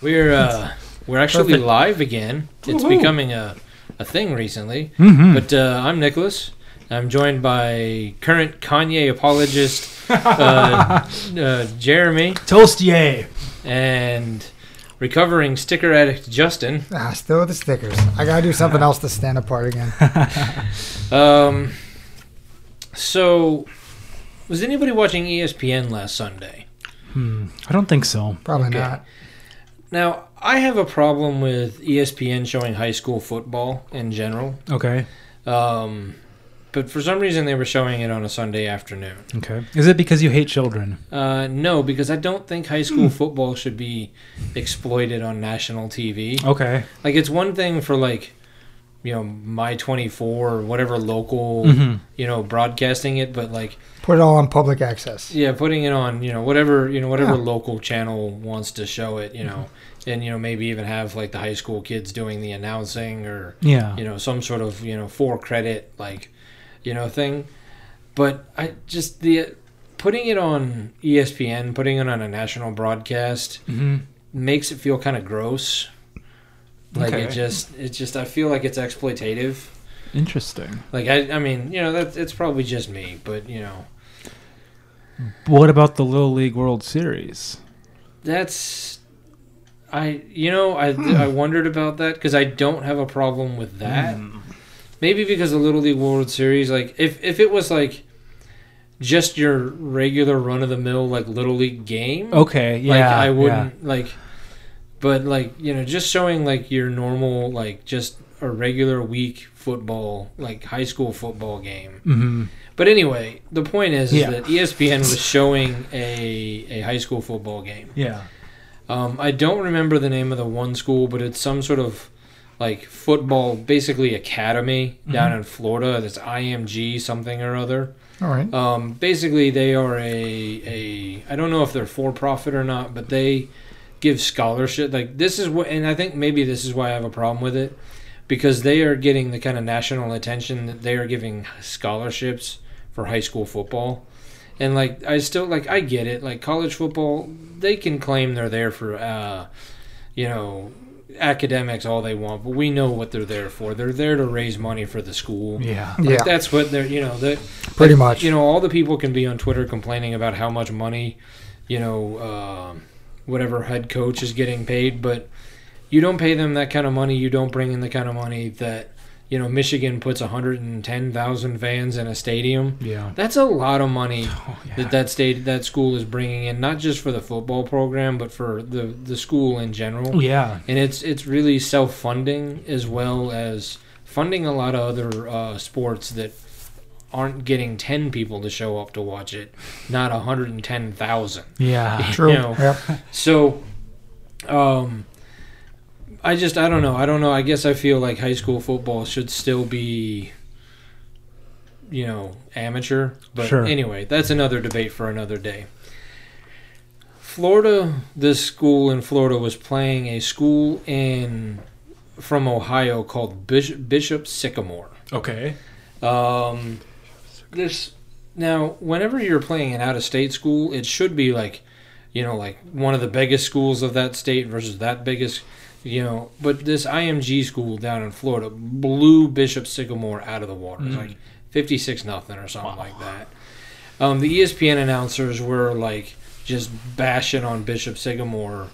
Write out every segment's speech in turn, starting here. We're uh, we're actually Perfect. live again. It's Woohoo. becoming a, a thing recently. Mm-hmm. But uh, I'm Nicholas. I'm joined by current Kanye apologist uh, uh, Jeremy Toastier. and recovering sticker addict Justin. Ah, still with the stickers. I gotta do something else to stand apart again. Um, so, was anybody watching E ESPN last Sunday? Hmm. I don't think so. Probably Okay. not. Now, I have a problem with E ESPN showing high school football in general. Okay. Um, but for some reason, they were showing it on a Sunday afternoon. Okay. Is it because you hate children? Uh, no, because I don't think high school football should be exploited on national TV. Okay. Like, it's one thing for, like, you know, My 24 or whatever local, hmm you know, broadcasting it, but, like, Put it all on public access. yeah, putting it on, you know, whatever, you know, whatever Yeah. local channel wants to show it, you know, and, you know, maybe even have, like, the high school kids doing the announcing or, Yeah. you know some sort of you know for credit like you know thing but i just the putting it on E espn putting it on a national broadcast hmm makes it feel kind of gross like it Okay. just it just i feel like it's exploitative Interesting. like i i mean you know that's it's probably just me but you know What about the Little League World Series? that's i you know i i wondered about that because i don't have a problem with that Hmm. Maybe because the Little League World Series, like if if it was like just your regular run of the mill like Little League game, Okay. Yeah. like I yeah. wouldn't like. But like you know, just showing like your normal like just a regular week football like high school football game. Mhm. But anyway, the point is, Yeah. is that E ESPN was showing a a high school football game. Yeah. Um, I don't remember the name of the one school, but it's some sort of like football, basically academy down in Florida. That's IMG something or other. All right. Um, basically, they are a a I don't know if they're for profit or not, but they give scholarship. Like this is what, and I think maybe this is why I have a problem with it because they are getting the kind of national attention that they are giving scholarships for high school football. And like I still like I get it. Like college football, they can claim they're there for uh you know academics all they want, but we know what they're there for. They're there to raise money for the school. Yeah. Like, Yeah, That's what they're you know, the pretty much. you know, all the people can be on Twitter complaining about how much money, you know, um whatever head coach is getting paid, but you don't pay them that kind of money. You don't bring in the kind of money that you know Michigan puts 110,000 fans in a stadium. Yeah. That's a lot of money Oh, yeah. that that state that school is bringing in, not just for the football program, but for the the school in general Oh, yeah. and it's it's really self funding as well as funding a lot of other uh, sports that aren't getting ten people to show up to watch it, not hundred and ten thousand. Yeah. True. you know. Yep. So, um, I just I don't know I don't know I guess I feel like high school football should still be. You know, amateur. But Sure. anyway, that's another debate for another day. Florida, this school in Florida was playing a school in from Ohio called Bishop, Bishop Sycamore. Okay. Um, this now, whenever you're playing an out-of-state school, it should be like, you know, like one of the biggest schools of that state versus that biggest, you know. But this IMG school down in Florida blew Bishop Sycamore out of the water, It's Mm. like fifty-six nothing or something like that. Um, the ESPN announcers were like just bashing on Bishop Sycamore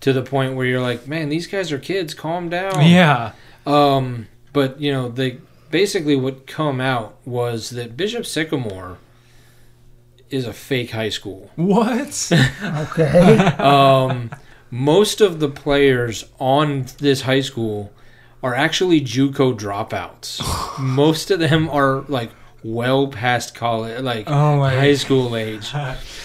to the point where you're like, man, these guys are kids. Calm down. Yeah. Um, but you know, they basically what come out was that Bishop Sycamore is a fake high school. What? Okay. Um, most of the players on this high school are actually JUCO dropouts. most of them are like well past college, like Oh my. high school age.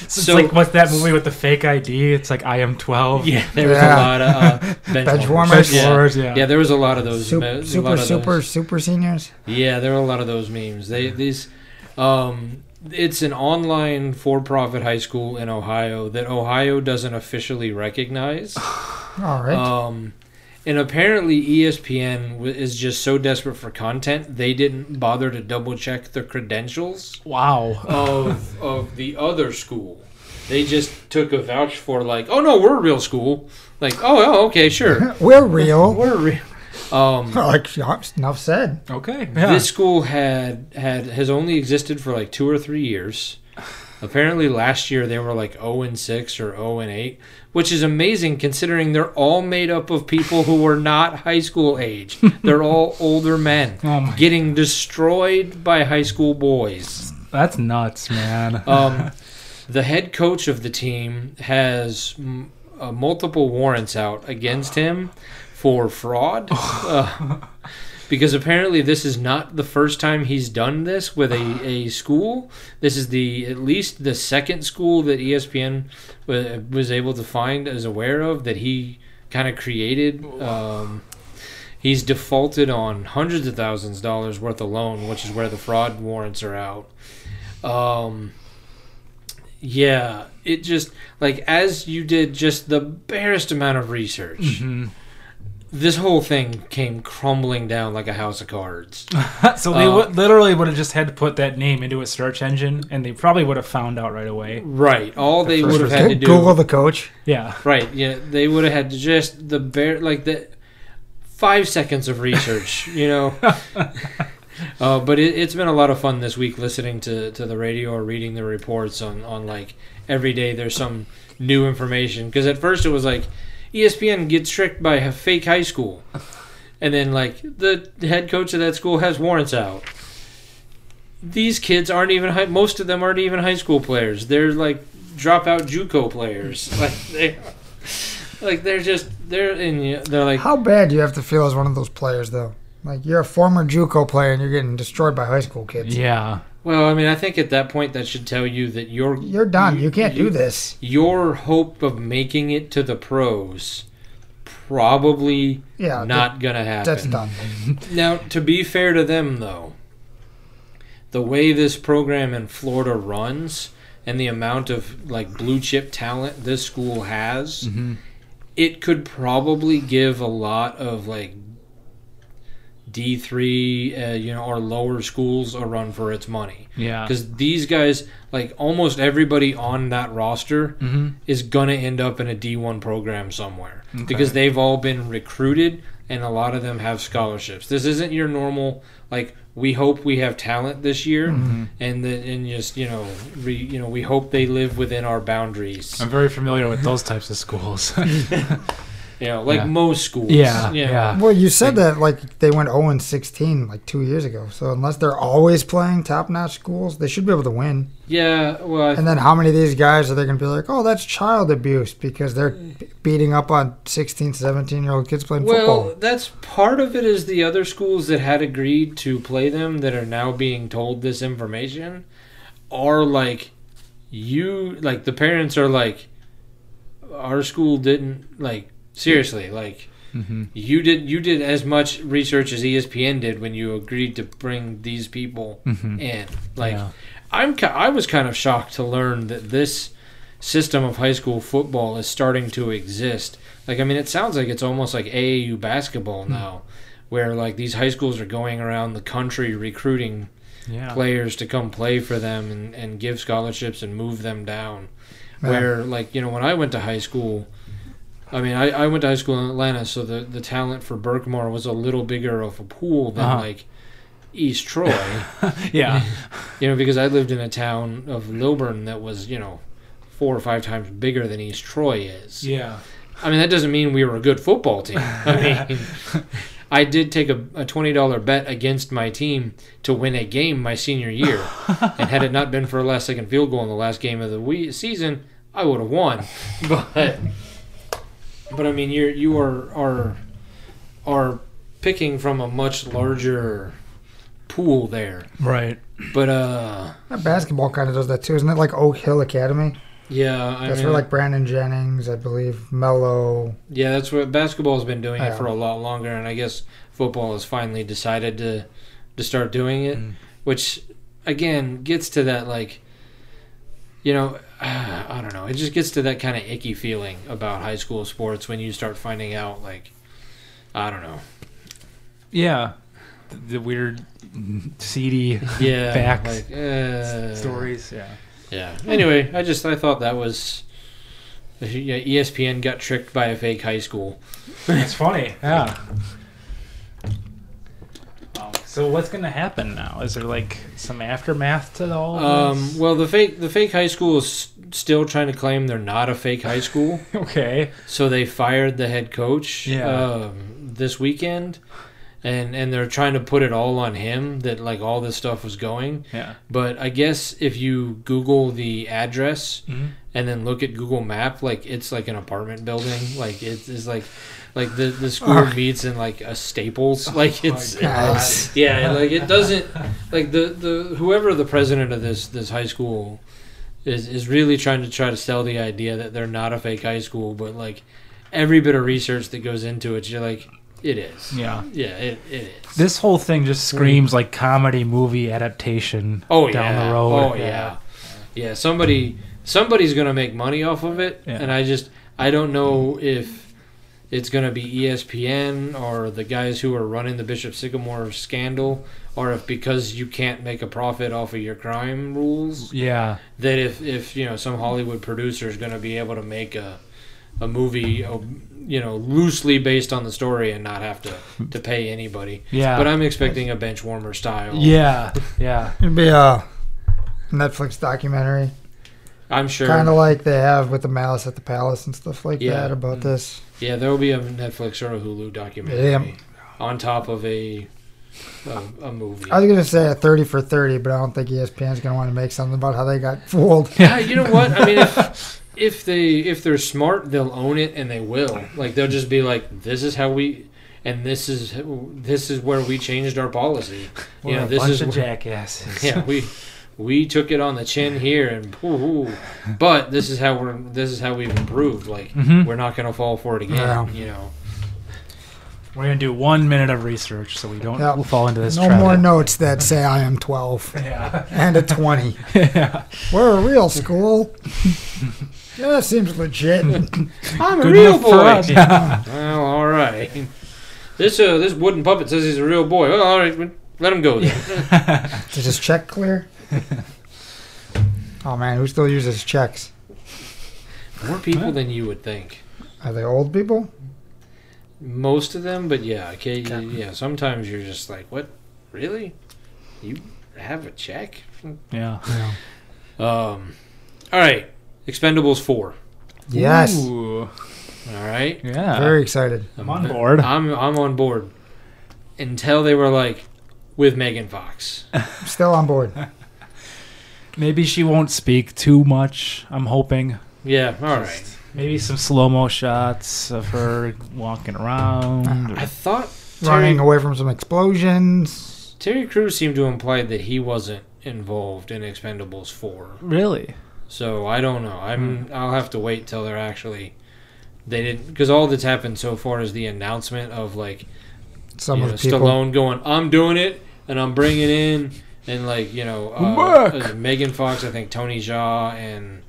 it's So- like what's that movie with the fake ID? It's like I am twelve. Yeah, there was Yeah. a lot of uh, bench, warmers. Bench warmers. Yeah. Wars, yeah. Yeah, there was a lot of those. Sup- me- a lot super, of super, those- super seniors. Yeah, there were a lot of those memes. They these, um, it's an online for-profit high school in Ohio that Ohio doesn't officially recognize. All right. Um, and apparently E ESPN w- is just so desperate for content they didn't bother to double check the credentials Wow. of of the other school. They just took a vouch for like, oh no, we're a real school. Like, oh, oh okay, sure, We're real. we're real. Um, like enough said. Okay. This school had had has only existed for like two or three years. Apparently, last year they were like zero and six or zero and eight, which is amazing considering they're all made up of people who were not high school age. They're all older men oh my. getting destroyed by high school boys. That's nuts, man. Um, the head coach of the team has m- uh, multiple warrants out against him for fraud. uh, because apparently, this is not the first time he's done this with a, a school. This is the at least the second school that E ESPN wa- uh, was able to find, is aware of, that he kind of created. Um, he's defaulted on hundreds of thousands of dollars worth of loan, which is where the fraud warrants are out. Um, yeah, it just like as you did just the barest amount of research, Mhm. this whole thing came crumbling down like a house of cards. so they Uh, would literally would have just had to put that name into a search engine, and they probably would have found out right away. right, all they first would have had to Go- do. Google the coach. Yeah. Right, yeah, they would have had to just the bare like the five seconds of research, you know. Uh, but it, it's been a lot of fun this week listening to, to the radio or reading the reports on, on like every day there's some new information because at first it was like E ESPN gets tricked by a fake high school, and then like the head coach of that school has warrants out. These kids aren't even high, most of them aren't even high school players. They're like dropout JUCO players. Like they, like they're just they're in. They're like How bad do you have to feel as one of those players, though? Like you're a former JUCO player and you're getting destroyed by high school kids. Yeah. Well, I mean, I think at that point that should tell you that your You're done. You can't do this. your hope of making it to the pros probably Yeah, that- not gonna that's happen. done. Now, to be fair to them though, the way this program in Florida runs and the amount of like blue chip talent this school has, Mm-hmm. it could probably give a lot of like D three, uh, you know, or lower schools a run for its money Yeah. because these guys like almost everybody on that roster Mhm. is gonna end up in a d1 program somewhere Okay. because they've all been recruited and a lot of them have scholarships this isn't your normal like we hope we have talent this year Mm-hmm. and the, and just you know re, you know we hope they live within our boundaries I'm very familiar with those types of schools. Mm-hmm. you know like Yeah. most schools yeah. you know. Yeah. Well, you said that like they went 0 and 16 like two years ago. So unless they're always playing top notch schools, they should be able to win. yeah well I And then how many of these guys are they going to be like, oh, that's child abuse because they're b- beating up on 16, 17 year old kids playing Well, football? that's part of it. Is the other schools that had agreed to play them that are now being told this information are like you, like the parents are like, our school didn't like seriously like Mm-hmm. you did you did as much research as E ESPN did when you agreed to bring these people Mm-hmm. in. Like Yeah. I'm ki- I was kind of shocked to learn that this system of high school football is starting to exist. Like I mean it sounds like it's almost like AAU basketball now where like these high schools are going around the country recruiting Yeah. players to come play for them and, and give scholarships and move them down. Yeah. Where like, you know, when I went to high school I mean I, I went to high school in Atlanta so the, the talent for Berkmore was a little bigger of a pool than Uh-huh. like East Troy. Yeah. You know, because I lived in a town of Lilburn that was, you know, four or five times bigger than East Troy is. Yeah. I mean, that doesn't mean we were a good football team. I mean, I did take a, a $20 bet against my team to win a game my senior year. and had it not been for a last second field goal in the last game of the we- season, I would have won. But, but I mean, you're, you are, are, are picking from a much larger pool there Right. But uh, That basketball kind of does that too, isn't it? Like Oak Hill Academy. yeah, I That's mean, where like Brandon Jennings, I believe, Mello. yeah, that's what basketball's been doing Yeah. it for a lot longer, and I guess football has finally decided to to start doing it, Mm. which again gets to that like, you know, I don't know, it just gets to that kind of icky feeling about high school sports when you start finding out like, I don't know, Yeah, the, the weird seedy yeah, Facts. like, uh, stories. Yeah, Yeah. Anyway, I just I thought that was yeah, E ESPN got tricked by a fake high school. it's funny. Yeah. Um, So what's gonna happen now? Is there like some aftermath to all Oh, of Um, this? well, the fake the fake high school is s- still trying to claim they're not a fake high school, okay. so they fired the head coach Yeah. um, this weekend, and and they're trying to put it all on him that like all this stuff was going. Yeah. But I guess if you Google the address Mhm. and then look at Google Map, like it's like an apartment building. Like it's, it's like like the the school Oh. meets in like a Staples. Like it's God. it's- yeah, like it doesn't like the the whoever the president of this this high school is is really trying to try to sell the idea that they're not a fake high school, but like every bit of research that goes into it, you're like it is. Yeah. Yeah, it, it is. This whole thing just screams like comedy movie adaptation oh down yeah. the road. Oh yeah. yeah, Somebody, somebody's gonna make money off of it, Yeah. and I just, I don't know if it's gonna be E ESPN or the guys who are running the Bishop Sycamore scandal, or if because you can't make a profit off of your crime rules, Yeah. that if if you know some Hollywood producer is gonna be able to make a a movie, uh, you know, loosely based on the story and not have to to pay anybody. Yeah. But I'm expecting a bench warmer style. yeah. Yeah. It'd be a Netflix documentary, I'm sure. kind of like they have with the Malice at the Palace and stuff like Yeah. Mm. that about this. Yeah, there will be a Netflix or a Hulu documentary Yeah. on top of a a, a movie. I was gonna say a thirty for thirty, but I don't think E ESPN's gonna want to make something about how they got fooled. yeah, you know what? I mean, if, if they if they're smart, they'll own it and they will. Like they'll just be like, "This is how we." And this is this is where we changed our policy. We're yeah, a this bunch is of wh- jackasses. yeah we we took it on the chin here and ooh, ooh. but this is how we're this is how we've improved. Like Mhm. we're not gonna fall for it again. Yeah. You know. We're gonna do one minute of research so we don't Yeah. fall into this no trap. more notes that say I am twelve Yeah. and a twenty. yeah. We're a real school. yeah, that seems legit. I'm Good a real enough for boy. us. Yeah. Well, all right. This uh, this wooden puppet says he's a real boy. Well, all right, let him go. Then. Is his check clear? oh man, who still uses checks? More people than you would think. Are they old people? Most of them, but yeah, okay, Yeah. yeah. Sometimes you're just like, what? Really? You have a check? yeah. Yeah. Um, all right. Expendables four. Yes. Ooh. All right. Yeah. Very excited. I'm on board. I'm I'm on board. Until they were like, with Megan Fox. Still on board. Maybe she won't speak too much. I'm hoping. Yeah. All right. Maybe some slow mo shots of her walking around. I or- thought Running Terry, away from some explosions. Terry Crews seemed to imply that he wasn't involved in Expendables four. Really? So I don't know. I'm. Hmm. I'll have to wait till they're actually. They didn't because all that's happened so far is the announcement of like Some you of know, the people. Stallone going, "I'm doing it and I'm bringing in," and like you know, I'm uh, back. is it Megan Fox, I think Tony Jaa, and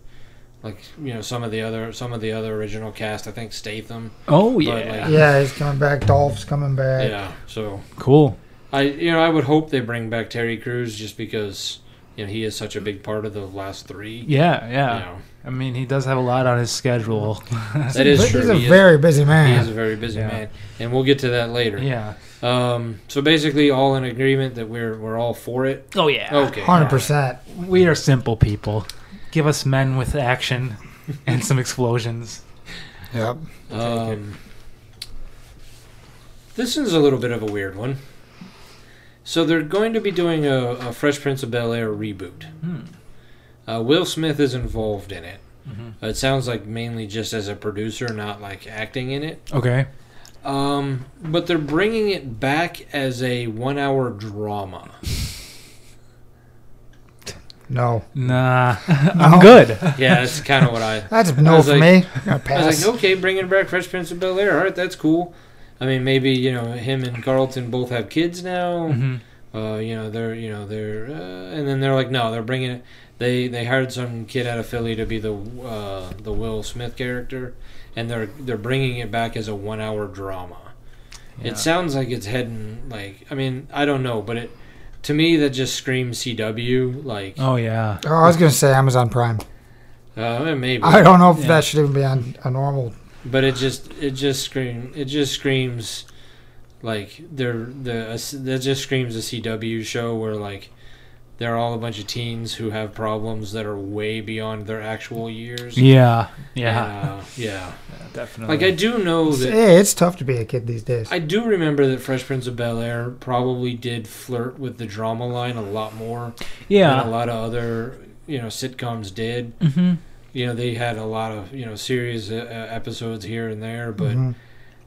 like you know some of the other some of the other original cast. I think Statham. Oh like, yeah. Yeah, he's coming back. Dolph's coming back. Yeah. So Cool. I you know I would hope they bring back Terry Crews just because you know he is such a big part of the last three. Yeah, You yeah. know. I mean, he does have a lot on his schedule. That is But true. He's a He is- very busy He is a man. very busy Yeah. man, and we'll get to that later. yeah. Um, so basically, all in agreement that we're we're all for it. Oh yeah. Okay. Hundred percent. We are simple people. Give us men with action and some explosions. Yep. Um, this is a little bit of a weird one. So they're going to be doing a, a Fresh Prince of Bel Air reboot. Hmm. Uh, Will Smith is involved in it. Mhm. It sounds like mainly just as a producer, not like acting in it. Okay. Um, but they're bringing it back as a one-hour drama. No, Nah, I'm No. good. Yeah, that's kind of what I. that's no was for like- me. I'm gonna I was pass. like, okay, bringing back Fresh Prince of Bel Air. All right, that's cool. I mean, maybe you know him and Carlton both have kids now. hmm uh, you know they're you know they're uh, and then they're like no they're bringing it they they hired some kid out of Philly to be the uh, the Will Smith character and they're they're bringing it back as a one hour drama Yeah. it sounds like it's heading like I mean I don't know but it to me that just screams CW like Oh yeah. Oh, I was gonna say Amazon Prime. uh, maybe I don't know if Yeah. that should even be on a normal. but it just it just scream it just screams like they're the that just screams a CW show where like they're all a bunch of teens who have problems that are way beyond their actual years. Yeah. Yeah. yeah, yeah. Definitely. Like I do know It's, that eh, it's tough to be a kid these days. I do remember that Fresh Prince of Bel Air probably did flirt with the drama line a lot more than a yeah. lot of other you know sitcoms did. hmm You know they had a lot of you know series uh, uh, episodes here and there, but. Mhm.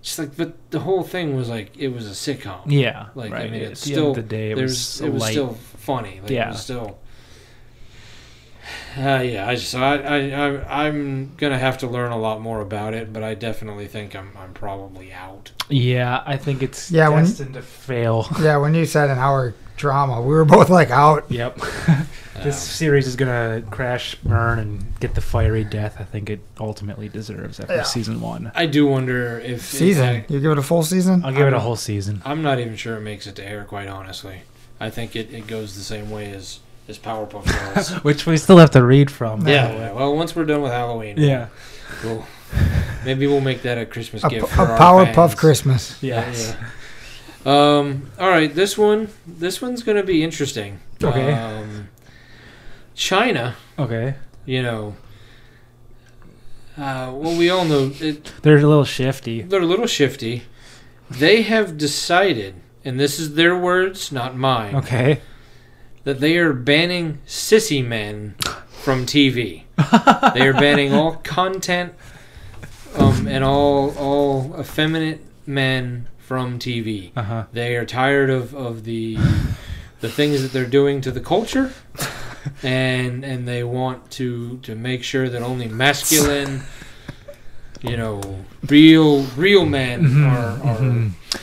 just like but the whole thing was like it was a sitcom Yeah. Like, I right. mean, At it's the end of still- the day, it there's was it was light. still funny like it Yeah. was still uh, yeah i just I, I i i'm gonna have to learn a lot more about it but i definitely think i'm i'm probably out Yeah, I think it's Yeah, when- destined to fail. Yeah, when you said an hour drama, we were both like out. Yep. Uh, This series is gonna crash, burn, and get the fiery death I think it ultimately deserves after Yeah. season one. i do wonder if Season. You give it a full season? I'll give it a I'm- whole season. i'm not even sure it makes it to air quite honestly i think it, it goes the same way as as powerpuff girls Which we still have to read from. by yeah, the yeah way. well once we're done with halloween Yeah. we'll, maybe we'll make that a christmas A, p- a gift for our Powerpuff fans. Christmas. Yes. Yeah. Um. All right. This one. This one's gonna be interesting. Okay. Um, China. Okay. You know. Uh, well, we all know it, They're a little shifty. they're a little shifty. They have decided, and this is their words, not mine, Okay. that they are banning sissy men from TV. they are banning all content um, and all all effeminate men from TV. Uh huh. They are tired of, of the the things that they're doing to the culture, and and they want to to make sure that only masculine, you know, real real men Mm-hmm. Mm-hmm. are. are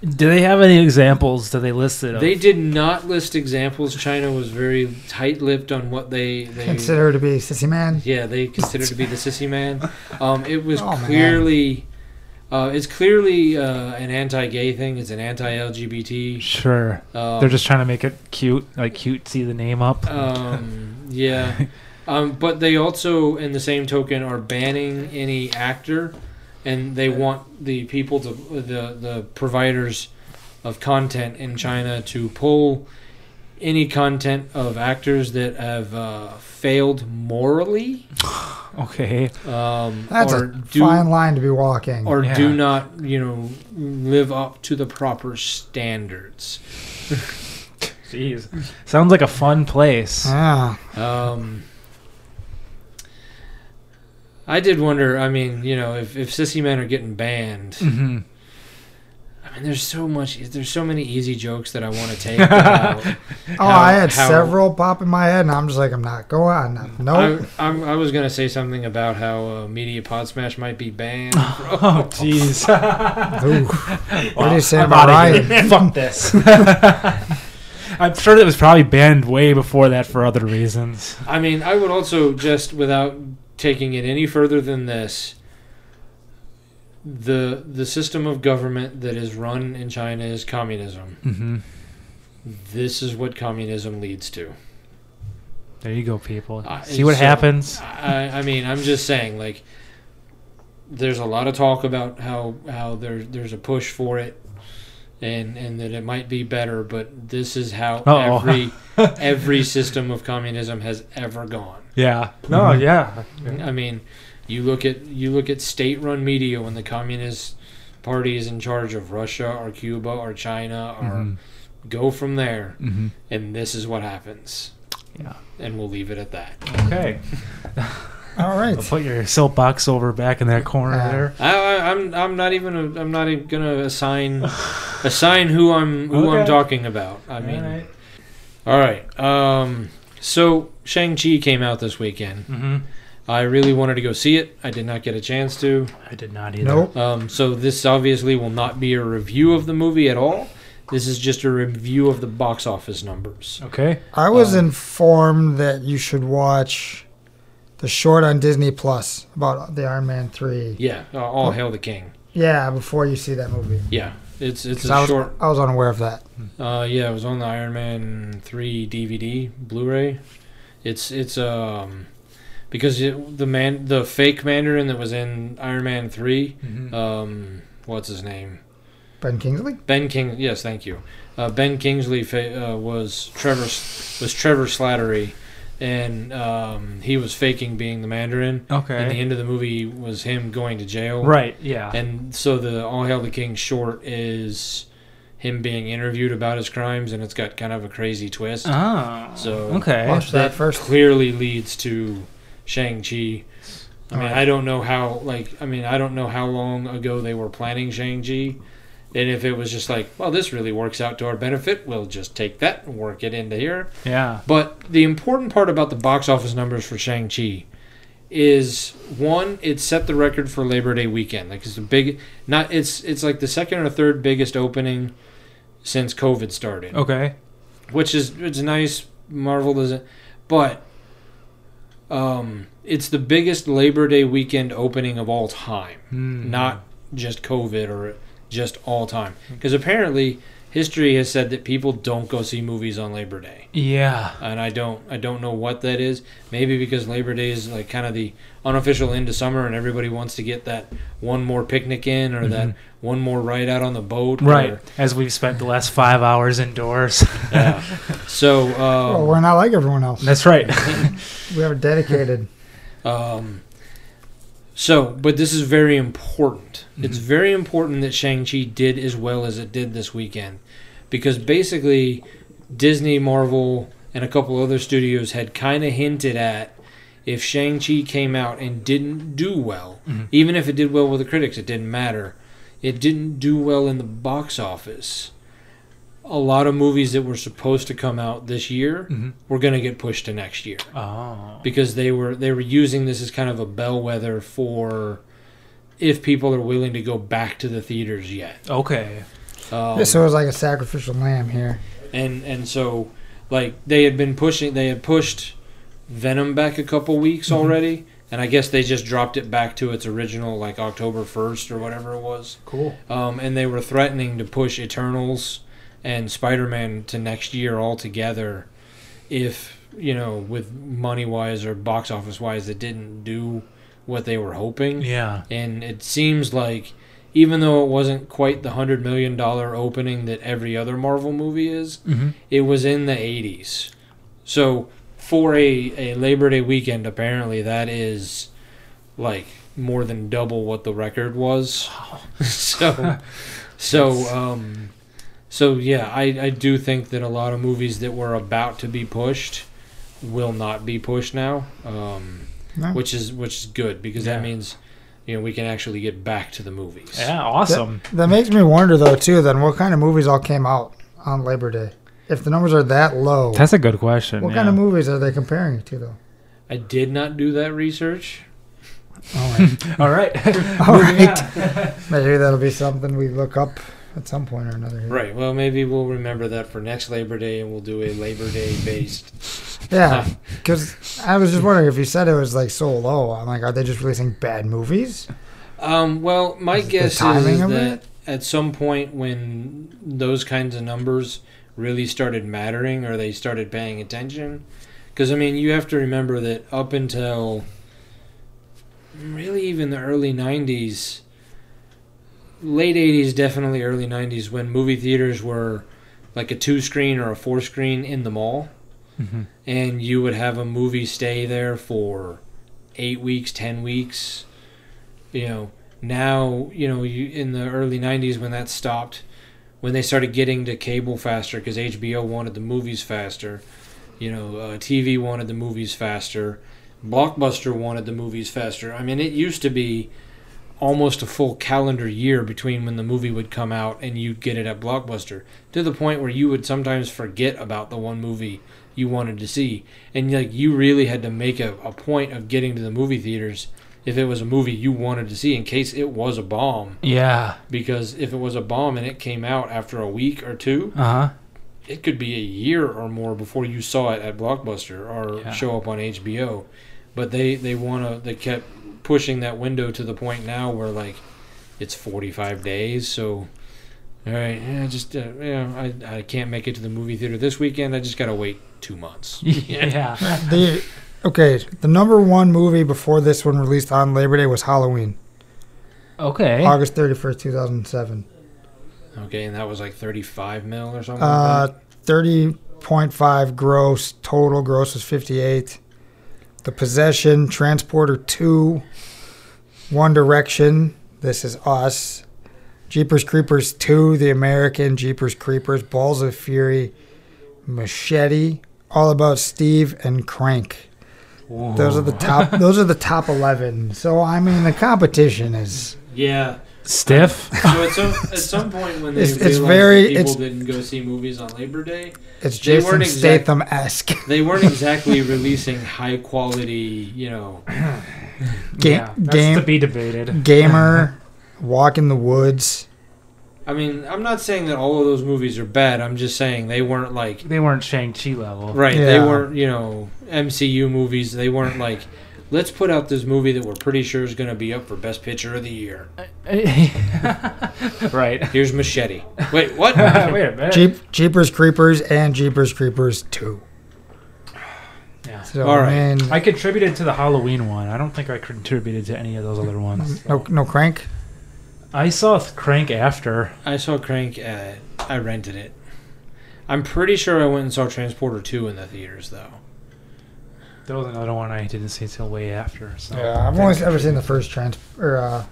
Do they have any examples that they listed? Mm-hmm. Of? They did not list examples. China was very tight lipped on what they they Consider her to be Sissy Man. yeah they consider to be the sissy man. Um, it was Oh, man. clearly. Uh, it's clearly uh, an anti-gay thing. It's an anti-LGBT. sure. Um, They're just trying to make it cute, like cute. See the name up. Um, yeah. Um, but they also, in the same token, are banning any actor, and they want the people to the the providers of content in China to pull any content of actors that have uh, failed morally okay. um, That's or a do fine line to be walking. or Yeah. do not you know live up to the proper standards. Jeez. Sounds like a fun place. yeah. Um, I did wonder. I mean, you know, if if sissy men are getting banned, hmm I mean, there's so much. There's so many easy jokes that I want to take. About. Oh, How- I had how- several pop in my head, and I'm just like, I'm not going. I'm not, nope. I, I'm, I was gonna say something about how uh, Media Pod Smash might be banned. Oh, jeez. Oof. What are you saying I'm about outta Ryan? here. Fuck this. I'm sure that was probably banned way before that for other reasons. I mean, I would also just without taking it any further than this. The the system of government that is run in China is communism. Mm-hmm. This is what communism leads to. There you go, people. Uh, See what so- happens. I, I mean, I'm just saying, like, there's a lot of talk about how how there there's a push for it, and and that it might be better, but this is how Uh-oh. every every system of communism has ever gone. Yeah. Mm-hmm. No. Mhm. Yeah. I mean, you look at you look at state-run media when the communist party is in charge of Russia or Cuba or China or Mm-hmm. Uh, go from there, hmm and this is what happens. Yeah. And we'll leave it at that. Okay. All right. I'll put your soapbox over back in that corner Yeah. there. I, I, I'm I'm not even a, I'm not even gonna assign assign who I'm who I'm Okay. talking about. I mean, all right. Um, So Shang Chi came out this weekend. Mm-hmm. I really wanted to go see it. I did not get a chance to. I did not either. Nope. Um, so this obviously will not be a review of the movie at all. This is just a review of the box office numbers. Okay. I was Um, informed that you should watch the short on Disney Plus about the Iron Man three. Yeah, uh, all hail the king. Yeah, before you see that movie. Yeah, it's it's 'Cause I a was, short. I was unaware of that. Uh, yeah, it was on the Iron Man three DVD Blu-ray. It's it's um because it, the man the fake Mandarin that was in Iron Man three Mm-hmm. um what's his name Ben Kingsley. Ben King yes thank you uh, Ben Kingsley fa- uh, was Trevor was Trevor Slattery and um, he was faking being the Mandarin. And the okay. end of the movie was him going to jail. Right. Yeah. And so the All Hail the King short is him being interviewed about his crimes, and it's got kind of a crazy twist. oh. So, okay. Uh, Watch that that first. Clearly leads to Shang Chi. I mean, Alright. I don't know how. Like, I mean, I don't know how long ago they were planning Shang Chi, and if it was just like, well, this really works out to our benefit, we'll just take that and work it into here. yeah. But the important part about the box office numbers for Shang Chi is one, it set the record for Labor Day weekend. Like it's the big, not it's it's like the second or third biggest opening since COVID started, Okay. which is it's nice. Marvel doesn't, but um, it's the biggest Labor Day weekend opening of all time Hmm. not just COVID or just all time. Because apparently, history has said that people don't go see movies on Labor Day Yeah. and I don't I don't know what that is. Maybe because Labor Day is like kind of the unofficial end of summer, and everybody wants to get that one more picnic in or that Mhm. one more ride out on the boat. Right. Or, As we've spent the last five hours indoors. yeah. so well, um, we're not like everyone else. That's right. We are dedicated. um, so but this is very important. It's very important that Shang Chi did as well as it did this weekend, because basically Disney, Marvel, and a couple other studios had kind of hinted at. If Shang-Chi came out and didn't do well, Mhm. Even if it did well with the critics, it didn't matter. It didn't do well in the box office. A lot of movies that were supposed to come out this year Mhm. were going to get pushed to next year Oh. because they were they were using this as kind of a bellwether for if people are willing to go back to the theaters yet. Okay. Um, so it was like a sacrificial lamb here. and and so like they had been pushing they had pushed venom back a couple weeks Mhm. already and i guess they just dropped it back to its original like october 1st or whatever it was Cool. um, and they were threatening to push Eternals and Spider-Man to next year altogether if you know with money wise or box office wise it didn't do what they were hoping Yeah. and it seems like even though it wasn't quite the 100 million dollar opening that every other Marvel movie is Mm-hmm. it was in the 80s so for a, a Labor Day weekend apparently that is like more than double what the record was so so um so yeah I, I do think that a lot of movies that were about to be pushed will not be pushed now um No. which is which is good because Yeah. that means you know we can actually get back to the movies Yeah. Awesome. That makes me wonder though too. Then what kind of movies all came out on Labor Day? If the numbers are that low, That's a good question. what yeah. kind of movies are they comparing it to though? I did not do that research All right. All right. All Moving right. on. Maybe that'll be something we look up at some point or another. here. right well maybe we'll remember that for next Labor Day and we'll do a Labor Day based Yeah, because I was just wondering if you said it was like so low. I'm like, are they just releasing bad movies? Um, well, my Is it the guess is, timing of that it? at some point when those kinds of numbers really started mattering or they started paying attention, because I mean, you have to remember that up until really even the early 90s, late 80s, definitely early 90s, when movie theaters were like a two screen or a four screen in the mall Mhm. and you would have a movie stay there for eight weeks, ten weeks. You know, now you know you in the early '90s when that stopped, when they started getting to cable faster because HBO wanted the movies faster. You know, uh, TV wanted the movies faster. Blockbuster wanted the movies faster. I mean, it used to be almost a full calendar year between when the movie would come out you wanted to see, and like you really had to make a, a point of getting to the movie theaters if it was a movie you wanted to see in case it was a bomb. Yeah. Because if it was a bomb and it came out after a week or two, Uh huh. it could be a year or more before you saw it at Blockbuster or Yeah. show up on HBO. But they they want to they kept pushing that window to the point now where like it's 45 days, so all right, yeah, just uh, yeah, I I can't make it to the movie theater this weekend. I just got to wait 2 months. Yeah. the okay, the number one movie before this one released on Labor Day was Halloween, Okay. August thirty first, two thousand seven. Okay, and that was like 35 mil or something. Uh, like thirty point five gross total. Gross was fifty eight. The Possession, Transporter two, One Direction. This is us. Jeepers Creepers two, The American Jeepers Creepers, Balls of Fury, Machete, All About Steve, and Crank. Those are the top. those are the top eleven. So I mean, the competition is. that. Yeah. Stiff. So at some, at some point when they It's- it's realized that very- people it's- didn't go see movies on Labor Day, It's They Jason weren't exact- Statham esque. they weren't exactly releasing high quality, you know. Ga- yeah. That's game- to be debated. Gamer, Walk in the Woods. I mean, I'm not saying that all of those movies are bad. I'm just saying they weren't like They weren't Shang Chi level. right. They Yeah. weren't you know MCU movies. They weren't like let's put out this movie that we're pretty sure is going to be up for best picture of the year. right. Here's Machete. Wait, what? Wait a minute. Jeep, Jeepers Creepers and Jeepers Creepers 2. Yeah. So, All All right. right. I mean, I contributed to the Halloween one. I don't think I contributed to any of those other ones. no, no crank. I saw Crank after. I saw Crank. At, I rented it. I'm pretty sure I went and saw Transporter 2 in the theaters though. There was another one I didn't see till way after. So. Yeah, I've only ever seen the first trans or uh,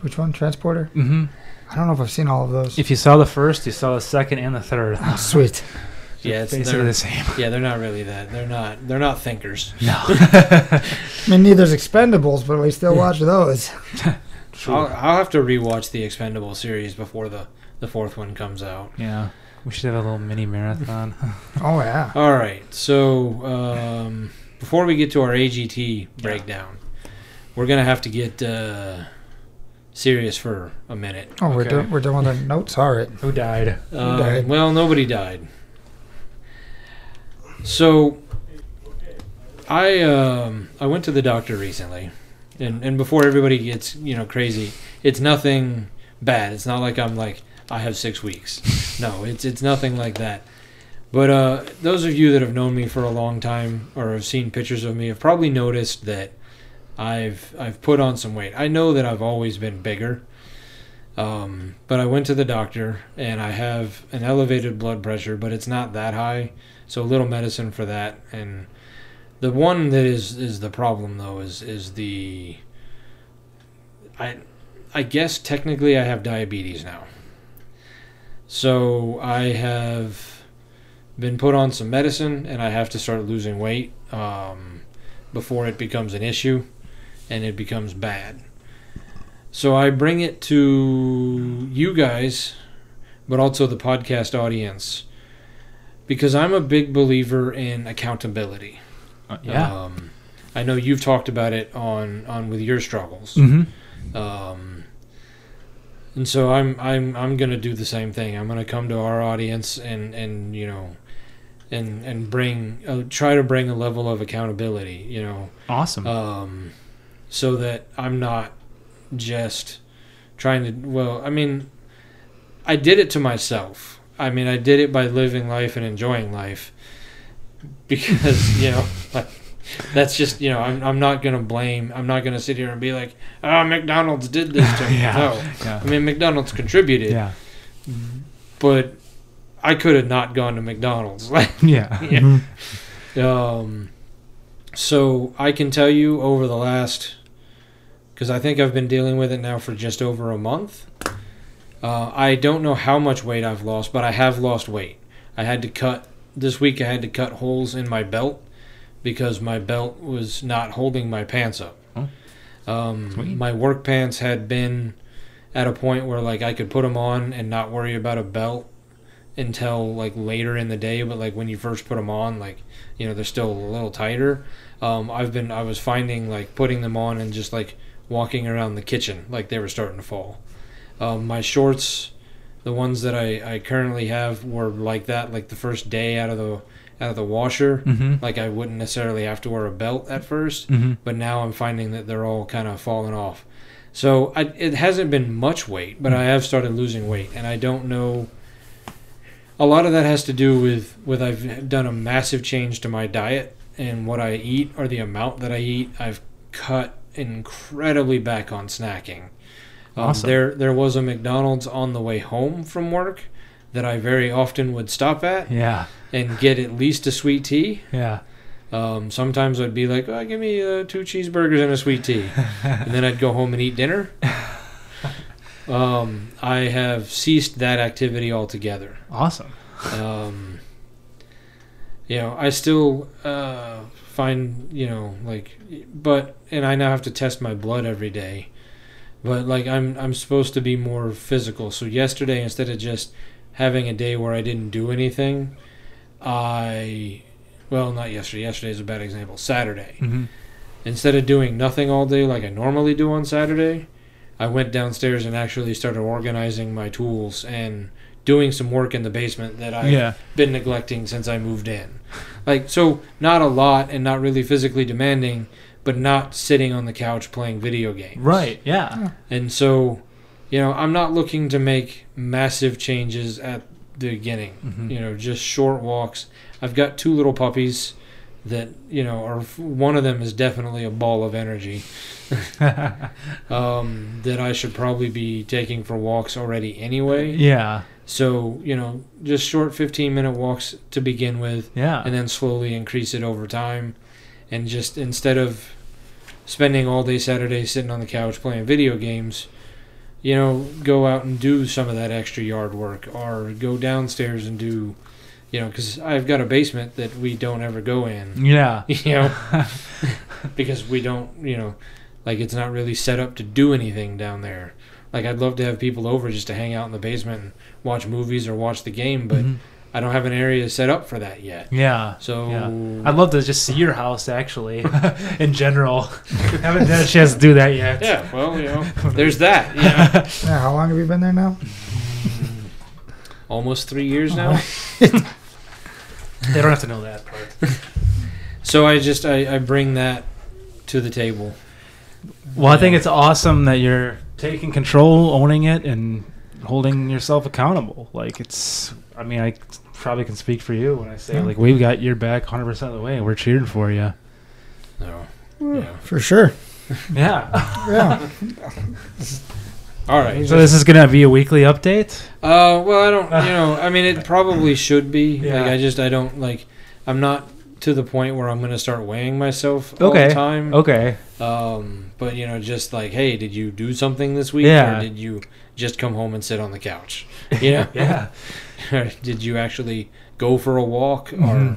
which one? Transporter. hmm I don't know if I've seen all of those. If you saw the first, you saw the second and the third. Oh, sweet. Yeah, it's, basically they're, the same. yeah, they're not really that. They're not. They're not thinkers. No. I mean, neither's Expendables, but we still watch those. I'll, I'll have to rewatch the Expendable series before the the fourth one comes out. Yeah. We should have a little mini marathon. Oh yeah. All right. So um, before we get to our AGT breakdown, we're gonna have to get uh, serious for a minute. Oh, we're Okay. done. We're done with the notes. All right. Who died? Um, died? Well, nobody died. So I um, I went to the doctor recently, and and before everybody gets you know crazy, it's nothing bad. It's not like I'm like I have six weeks. No, it's it's nothing like that. But uh, those of you that have known me for a long time or have seen pictures of me have probably noticed that I've I've put on some weight. I know that I've always been bigger, um, but I went to the doctor and I have an elevated blood pressure, but it's not that high, so a little medicine for that. And the one that is is the problem though is is the I I guess technically I have diabetes now. So I have been put on some medicine and I have to start losing weight um, before it becomes an issue and it becomes bad. So I bring it to you guys, but also the podcast audience, because I'm a big believer in accountability. yeah. Um, I know you've talked about it on, on with your struggles. mm-hmm. Um, and so I'm I'm I'm gonna do the same thing. I'm gonna come to our audience and and you know, and and bring uh, try to bring a level of accountability. You know, Awesome. um, so that I'm not just trying to. Well, I mean, I did it to myself. I mean, I did it by living life and enjoying life because you know. Like, that's just you know I'm, I'm not gonna blame I'm not gonna sit here and be like oh McDonald's did this to me Yeah. no yeah. I mean McDonald's contributed yeah. but I could have not gone to McDonald's like Yeah. Mm-hmm. Yeah. Um, so I can tell you over the last, because I think I've been dealing with it now for just over a month. Uh, I don't know how much weight I've lost, but I have lost weight. I had to cut this week. I had to cut holes in my belt because my belt was not holding my pants up. Oh. Um, Sweet. my work pants had been at a point where like I could put them on and not worry about a belt until like later in the day, but like when you first put them on, like you know they're still a little tighter. Um, I've been I was finding like putting them on and just like walking around the kitchen like they were starting to fall. Um, my shorts, the ones that I, I currently have, were like that like the first day out of the out of the washer. Mm-hmm. Like I wouldn't necessarily have to wear a belt at first Mm-hmm. but now I'm finding that they're all kind of falling off. So I, it hasn't been much weight, but I have started losing weight, and I don't know. A lot of that has to do with with I've done a massive change to my diet and what I eat or the amount that I eat. I've cut incredibly back on snacking. Um, Awesome. There there was a McDonald's on the way home from work that I very often would stop at Yeah. and get at least a sweet tea. Yeah. Um, sometimes I'd be like, oh, give me uh, two cheeseburgers and a sweet tea. and then I'd go home and eat dinner. Um, I have ceased that activity altogether. Awesome. Um, you know, I still uh, find, you know, like, but, and I now have to test my blood every day. But like I'm, I'm supposed to be more physical. So yesterday, instead of just having a day where I didn't do anything, I, well, not yesterday. Yesterday is a bad example. Saturday, Mm-hmm. instead of doing nothing all day like I normally do on Saturday, I went downstairs and actually started organizing my tools and doing some work in the basement that I've Yeah. been neglecting since I moved in. Like, so not a lot and not really physically demanding, but not sitting on the couch playing video games. Right. Yeah. And so, you know, I'm not looking to make massive changes at the beginning Mm-hmm. you know just short walks i've got two little puppies that you know are one of them is definitely a ball of energy um, that i should probably be taking for walks already anyway yeah. so you know just short 15 minute walks to begin with Yeah. and then slowly increase it over time and just instead of spending all day saturday sitting on the couch playing video games you know go out and do some of that extra yard work or go downstairs and do you know because i've got a basement that we don't ever go in yeah. Mm-hmm. you know because we don't you know like it's not really set up to do anything down there like i'd love to have people over just to hang out in the basement and watch movies or watch the game but Mhm. i don't have an area set up for that yet yeah. so I'd love to just see your house, actually, in general. haven't had a chance to do that yet. yeah, well, you know, there's that. Yeah, Yeah, how long have you been there now? almost three years now. Uh-huh. They don't have to know that part. So I just I, I bring that to the table. Well, I think Yeah. it's awesome that you're taking control, owning it, and holding yourself accountable. Like it's, I mean, I probably can speak for you when I say Yeah. like we've got your back 100 percent of the way. and We're cheering for you. No. Yeah. For sure. Yeah. Yeah. All right. So this is gonna be a weekly update. Uh, well, I don't. You know, I mean, it probably should be. Yeah. Like, I just I don't like. I'm not to the point where I'm gonna start weighing myself all Okay. the time. Okay. Um, but you know, just like, hey, did you do something this week? Yeah. Or did you just come home and sit on the couch? You know. Yeah. Or did you actually go for a walk or Mhm.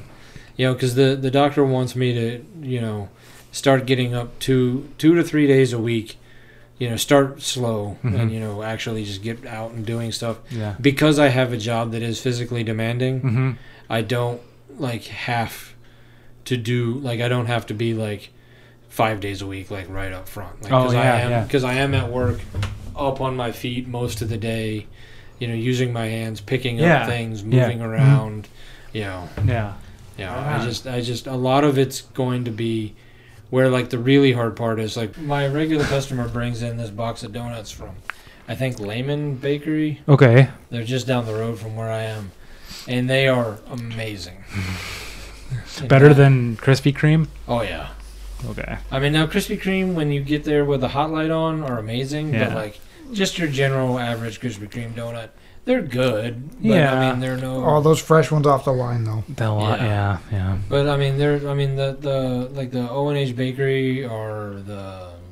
you know because the the doctor wants me to you know start getting up two two to three days a week you know start slow and Mhm. you know actually just get out and doing stuff Yeah. because i have a job that is physically demanding Mm-hmm. i don't like have to do like i don't have to be like five days a week like right up front like Oh, yeah, i am yeah. because i am at work up on my feet most of the day you know using my hands picking Yeah. up things Yeah. moving Mhm. around you know Yeah. yeah, Right I on. just, I just, a lot of it's going to be where like the really hard part is. Like my regular customer brings in this box of donuts from, I think Lehman Bakery. Okay. They're just down the road from where I am, and they are amazing. And Better now- than Krispy Kreme. Oh yeah, Okay. I mean now Krispy Kreme when you get there with the hot light on are amazing, but Yeah. like just your general average Krispy Kreme donut, they're good. But, I Yeah. mean they're no. All those fresh ones off the line, though. The lot. Yeah. Yeah. Yeah. But I mean, there. I mean, the the like the O and H Bakery or the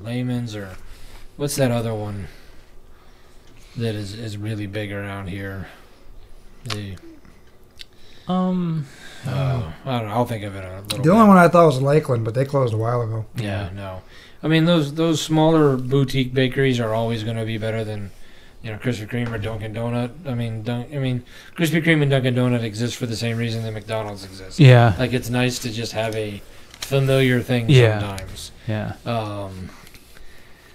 Layman's or what's that other one that is is really big around here. The Um. uh, I don't know. I'll think of it in a little. The only one I thought was Lakeland, but they closed a while ago. bit. Yeah, no. I mean, those those smaller boutique bakeries are always going to be better than you know, Krispy Kreme or Dunkin' Donut. I mean, Dunk, I mean, Krispy Kreme and Dunkin' Donut exist for the same reason that McDonald's exists. Yeah. Like, it's nice to just have a familiar thing Yeah. sometimes. Yeah. Um,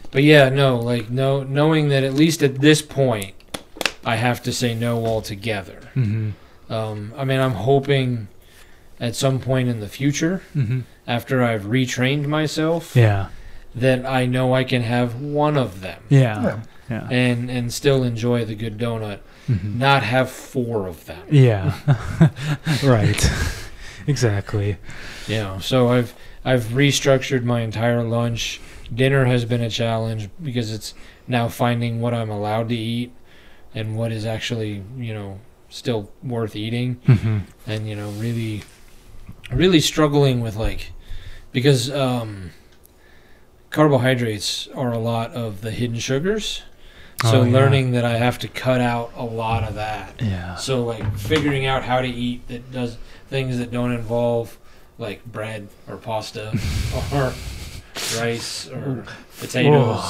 but yeah, no, like, no, knowing that at least at this point, I have to say no altogether. Mm-hmm. Um, I mean, I'm hoping at some point in the future, Mm-hmm. after I've retrained myself, Yeah. that I know I can have one of them Yeah. Yeah. and and still enjoy the good donut, Mhm. not have four of them. Yeah. right. exactly. You know, so I've I've restructured my entire lunch. Dinner has been a challenge because it's now finding what I'm allowed to eat and what is actually, you know, still worth eating Mm-hmm. and you know, really really struggling with like because um carbohydrates are a lot of the hidden sugars. So Oh, yeah. learning that I have to cut out a lot of that. Yeah. So like figuring out how to eat that does things that don't involve like bread or pasta or rice or potatoes.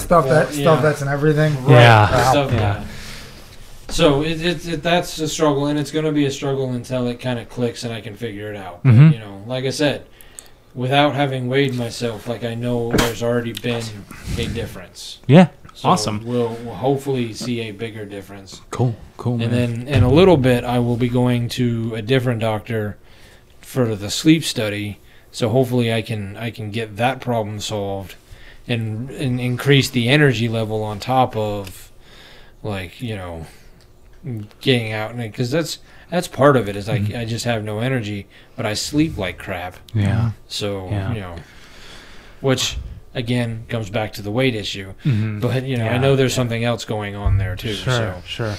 Stuff that stuff Yeah. that's in everything. Yeah. Right, stuff Yeah. that. So it, it, it that's a struggle, and it's going to be a struggle until it kind of clicks and I can figure it out. Mhm. You know, like I said, without having weighed myself, like I know there's already been a difference. Yeah. So Awesome. We'll, we'll hopefully see a bigger difference. Cool. Cool. And then in a little bit, I will be going to a different doctor for the sleep study. So hopefully, I can I can get that problem solved, and and increase the energy level on top of, like you know, getting out and because that's that's part of it is like Mhm. I just have no energy, but I sleep like crap. yeah. So Yeah. you know, which again comes back to the weight issue. Mm-hmm. But you know, I Yeah, know there's yeah. something else going on there too. Sure, So. sure.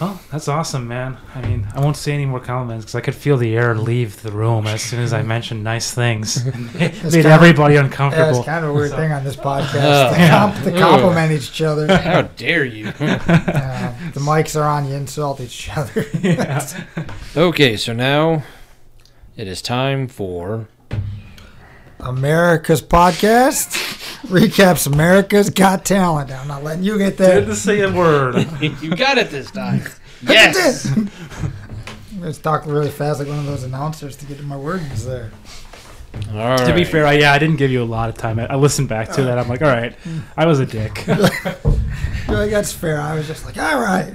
Well, that's awesome, man. I mean, I won't say any more comments because I could feel the air leave the room as soon as I mentioned nice things. it made kinda- everybody Yeah, it's uncomfortable. kind of a weird So- thing on this podcast. Oh. they, comp- they Ugh. compliment each other. How dare you? Uh, the mics are on. You insult each other. yeah. okay, so now it is time for America's podcast recaps America's Got Talent. I'm not letting you get there. Didn't say a word. You got it this time. yes. Let's talk really fast, like one of those announcers, to get to my words there. All To be right. fair, I, yeah, I didn't give you a lot of time. I, I listened back to that. I'm like, all right, I was a dick. You're like, that's fair. I was just like, all right.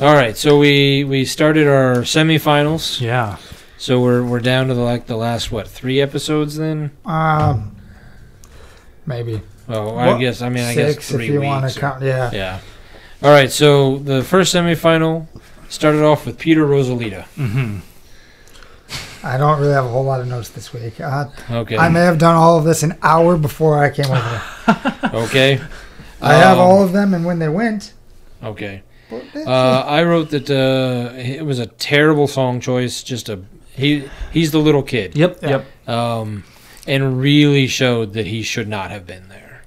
All right, so we we started our semifinals. yeah. So we're we're down to the, like the last what, 3 episodes then? Um, maybe Oh, Well, I guess I mean I guess six 3 if you weeks. want to count. Yeah. Yeah. All right, so the first semifinal started off with Peter Rosalita. Mm-hmm. I don't really have a whole lot of notes this week. Uh, Okay. I may have done all of this an hour before I came over. here. okay. I have Um, all of them, and when they went, Okay. well, Uh, I wrote that uh, it was a terrible song choice. Just a he he's the little kid, Yep. Yeah. Yep. um, and really showed that he should not have been there.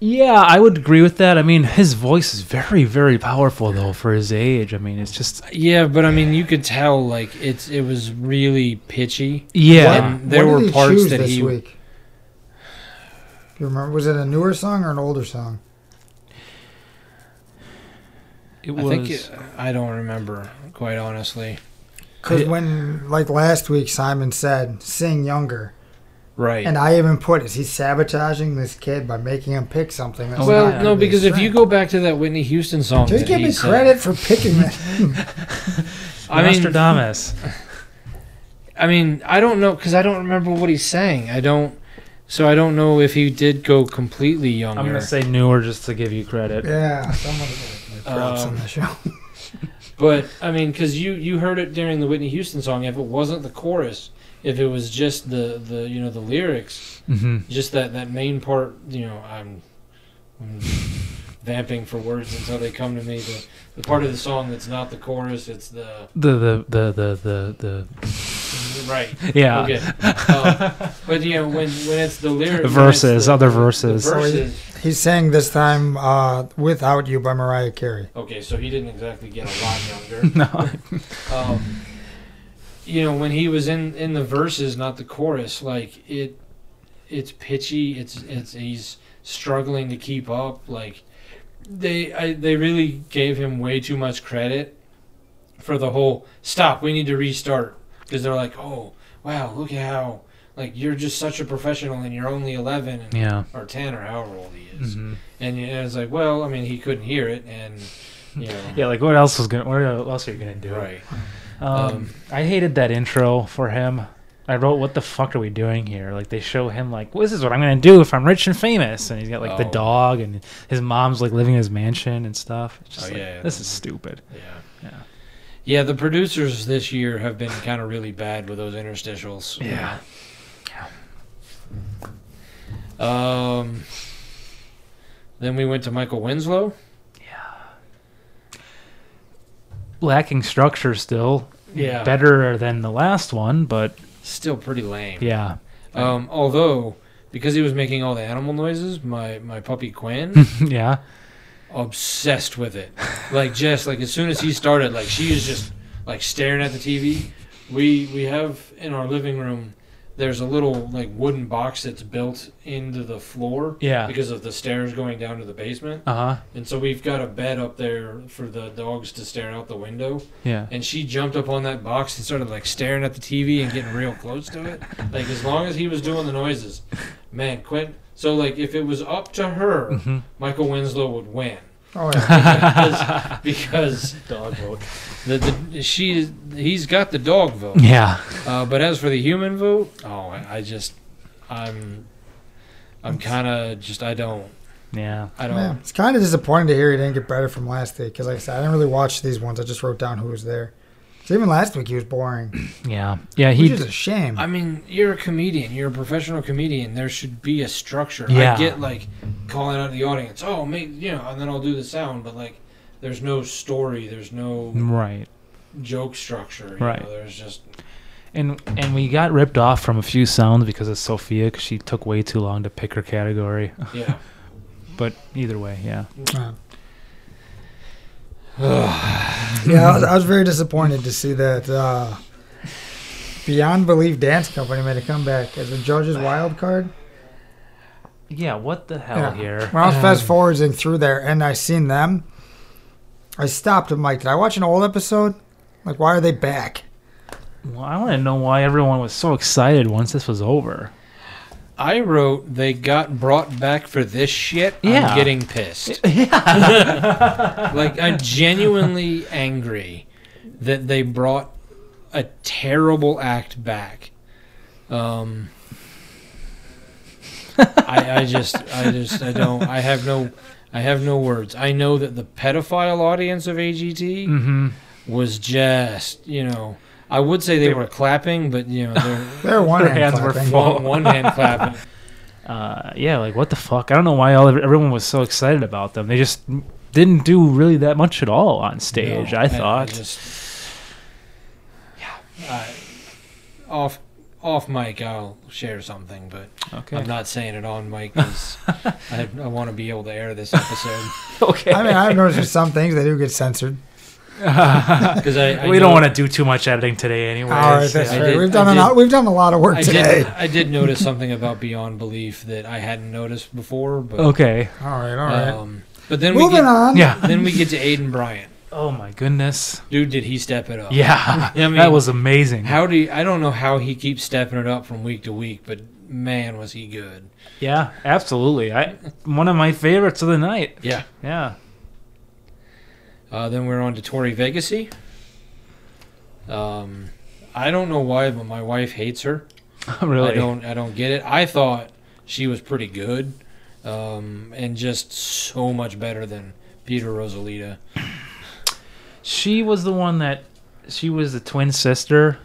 Yeah, I would agree with that. I mean, his voice is very, very powerful though for his age. I mean, it's just Yeah, but I mean, you could tell like it's it was really pitchy. yeah. and there what were did he parts choose that this he- week. Do you remember? Was it a newer song or an older song? It I was. think it, I don't remember quite honestly. Because Yeah. when, like last week, Simon said, "Sing younger," Right. and I even put, "Is he sabotaging this kid by making him pick something?" That's Well, well, not gonna no, be because his if you strength. go back to that Whitney Houston song, just that give he me sang- credit for picking that. I mean, Nostradamus. I mean, I don't know because I don't remember what he sang. I don't, so I don't know if he did go completely younger. I'm gonna say newer just to give you credit. yeah, someone give props Um, on the show. But I mean, because you you heard it during the Whitney Houston song. If it wasn't the chorus, if it was just the the you know the lyrics, Mm-hmm. just that that main part, you know, I'm, I'm vamping for words until they come to me. The the part of the song that's not the chorus, it's the The the the the the right. the yeah Okay. Um, but you know when when it's the lyrics verses, other verses. verses. He sang this time uh, "Without You" by Mariah Carey. Okay, so he didn't exactly get a lot younger. no. um, you know when he was in in the verses not the chorus like it it's pitchy. It's it's he's struggling to keep up. Like they I, they really gave him way too much credit for the whole stop. We need to restart because they're like, oh wow, look at how like you're just such a professional and you're only eleven and, Yeah. or ten or however old he is. hmm And, you- and it's like, well, I mean, he couldn't hear it, and you know, Yeah. Like, what else was gonna? What else are you gonna do? right. Um, Um, I hated that intro for him. I wrote, "What the fuck are we doing here?" Like they show him, like, "Well, this is what I'm gonna do if I'm rich and famous," and he's got like the Oh. dog, and his mom's like living in his mansion and stuff. It's just Oh, like, yeah, yeah. this is stupid. Yeah. Yeah. Yeah, the producers this year have been kind of really bad with those interstitials. Yeah. Um. Then we went to Michael Winslow. Lacking structure still. Yeah. Better than the last one, but Still pretty lame. yeah, Um. Although, because he was making all the animal noises, my my puppy Quinn yeah. obsessed with it. Like just like as soon as he started, like she is just like staring at the TV. We we have in our living room. There's a little like wooden box that's built into the floor. Yeah. Because of the stairs going down to the basement. Uh huh. And so we've got a bed up there for the dogs to stare out the window. Yeah. And she jumped up on that box and started like staring at the TV and getting real close to it. Like as long as he was doing the noises, man, Quinn. So like if it was up to her, hmm Michael Winslow would win Oh, yeah. because, because dog vote. The, the, she he's got the dog vote. Yeah. Uh, but as for the human vote, oh, I, I just I'm I'm kind of just I don't Yeah. I don't. Man, it's kind of disappointing to hear he didn't get better from last week because, like I said, I didn't really watch these ones. I just wrote down who was there. 'Cause even last week he was boring, Yeah. Yeah. which He. is a shame. I mean, you're a comedian. You're a professional comedian. There should be a structure. Yeah. I get like calling out to the audience. Oh, make you know, and then I'll do the sound. But like, there's no story. There's no Right. joke structure. You Right. Know? There's just And and we got ripped off from a few sounds because of Sophia 'cause she took way too long to pick her category. yeah. But either way, yeah. Uh. yeah, I was, I was very disappointed to see that uh, Beyond Belief Dance Company made a comeback as the judge's wild card. Yeah, what the hell Yeah. here? When I was fast forwarding through there and I seen them, I stopped and I'm like, did I watch an old episode? Like, why are they back? Well, I want to know why everyone was so excited once this was over. I wrote they got brought back for this shit. Yeah. I'm getting pissed. Yeah. like I'm genuinely angry that they brought a terrible act back. Um I, I just I just I don't I have no I have no words. I know that the pedophile audience of AGT Mm-hmm. was just, you know, I would say they, They were, clapping, but you know, they're They're one Their hand hands were clapping. full. one, one hand clapping. Uh, yeah, like what the fuck? I don't know why all everyone was so excited about them. They just didn't do really that much at all on stage. No, I thought. just, yeah. I, off off mic, I'll share something, but okay. I'm not saying it on mic because I, I want to be able to air this episode okay. I mean, I've noticed there's some things that do get censored. because I, I we don't know- want to do too much editing today, anyway. All right, that's I right. did- we've I done a did- lot. We've done a lot of work I today. did, I did notice something about Beyond Belief that I hadn't noticed before, but Okay. All right, all Uh, right. um, but then we Moving get, on. Yeah. then we get to Aiden Bryant. Oh my goodness. Dude, did he step it up? Yeah. I mean, that was amazing. How do you, I don't know how he keeps stepping it up from week to week, but man, was he good! Yeah, absolutely. I one of my favorites of the night. Yeah. Yeah. Uh, then we're on to Tori Vegasy. Um, I don't know why, but my wife hates her. really. I don't. I don't get it. I thought she was pretty good, um, and just so much better than Peter Rosalita. She was the one that she was the twin sister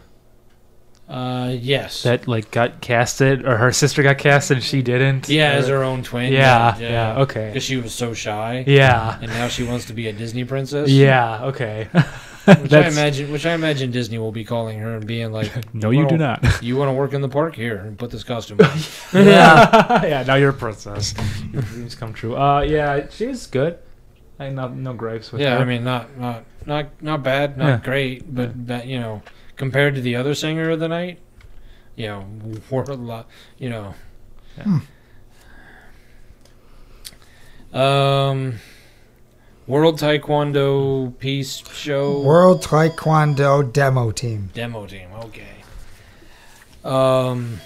Uh, yes. that like got casted or her sister got casted and she didn't. yeah, as Or- her own twin. yeah, yeah, okay. Because she was so shy, Yeah. and now she wants to be a Disney princess. Yeah, okay. Which I That's- imagine. Which I imagine Disney will be calling her and being like, No, you do not. You want to work in the park here and put this costume on." yeah. yeah, now you're a princess. Your dreams come true. Uh yeah, she was good. I no no gripes with yeah, her. I mean, not not not not bad, not Yeah. great, but that you know, compared to the other singer of the night, you know, wore a lot, you know, Hmm. Um, World Taekwondo Peace Show World Taekwondo Demo Team. Demo Team. Okay. Um,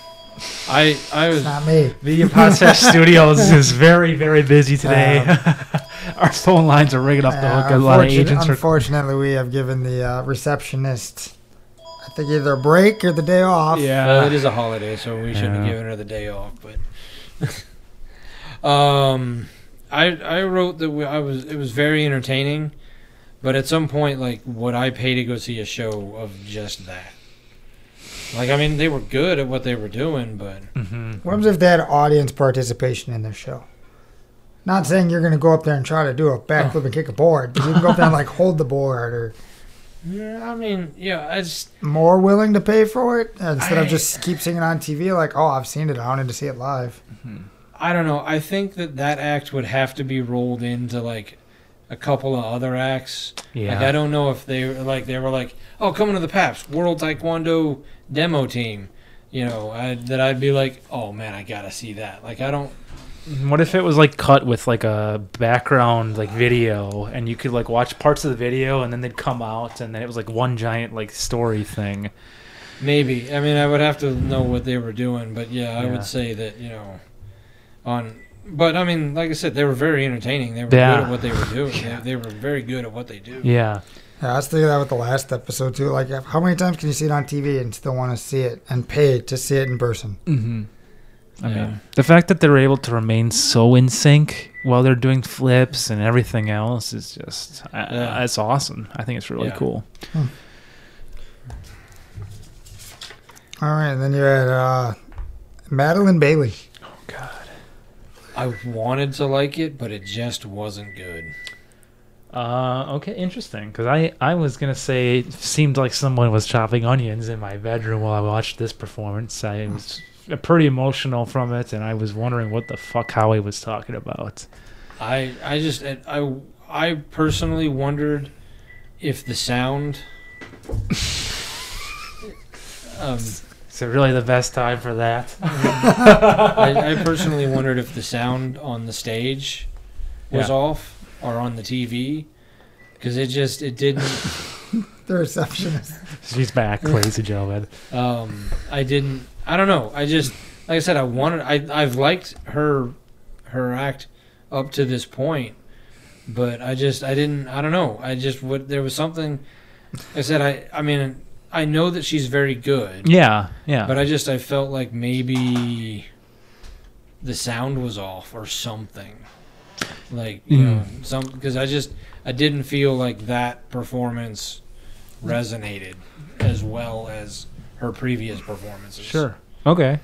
I I was Not me. Media Podcast Studios is very, very busy today. Our phone lines are ringing off the hook. Uh, a lot of unfortun- agents are. Unfortunately, we have given the uh, receptionist, I think, either a break or the day off. Well, it Yeah. is a holiday, so we shouldn't have Yeah. given her the day off. But um, I I wrote that we, I was it was very entertaining, but at some point, like, would I pay to go see a show of just that? Like, I mean, they were good at what they were doing, but hmm What happens if they had audience participation in their show? Not saying you're going to go up there and try to do a backflip and kick a board, but you can go up there and like hold the board or yeah, I mean, yeah, I just more willing to pay for it instead of I- just keep seeing it on TV like, oh, I've seen it. I wanted to see it live. I don't know. I think that that act would have to be rolled into like a couple of other acts. Like I Yeah. don't know if they like they were like, oh, coming to the Paps World Taekwondo Demo Team, you know, I, that I'd be like, oh man, I gotta see that. Like I don't. What if it was like cut with like a background like video, and you could like watch parts of the video, and then they'd come out, and then it was like one giant like story thing. Maybe I mean I would have to know what they were doing, but yeah, I Yeah. would say that you know, on. But I mean, like I said, they were very entertaining. They were Yeah. good at what they were doing. they, they were very good at what they do. Yeah. Yeah, I was thinking that with the last episode too. Like, how many times can you see it on TV and still want to see it and pay to see it in person? Mm-hmm. I Yeah. mean, the fact that they're able to remain so in sync while they're doing flips and everything else is just, I Yeah. I- it's awesome. I think it's really Yeah. cool. All right, and then you're at uh, Madeline Bailey. Oh, I wanted to like it, but it just wasn't good. Uh, okay, interesting. Because I, I was gonna say it seemed like someone was chopping onions in my bedroom while I watched this performance. I was pretty emotional from it, and I was wondering what the fuck Howie was talking about. I I just I I personally wondered if the sound. um, So really, the best time for that. I, I personally wondered if the sound on the stage was Yeah. off or on the TV because it just it didn't. The receptionist. She's back, ladies and gentlemen. Um, I didn't. I don't know. I just like I said. I wanted. I I've liked her her act up to this point, but I just I didn't. I don't know. I just what there was something. I said I. I mean I know that she's very good, Yeah, yeah. but I just I felt like maybe the sound was off or something. Like you Mm. know some because I just I didn't feel like that performance resonated as well as her previous performances. sure. Okay.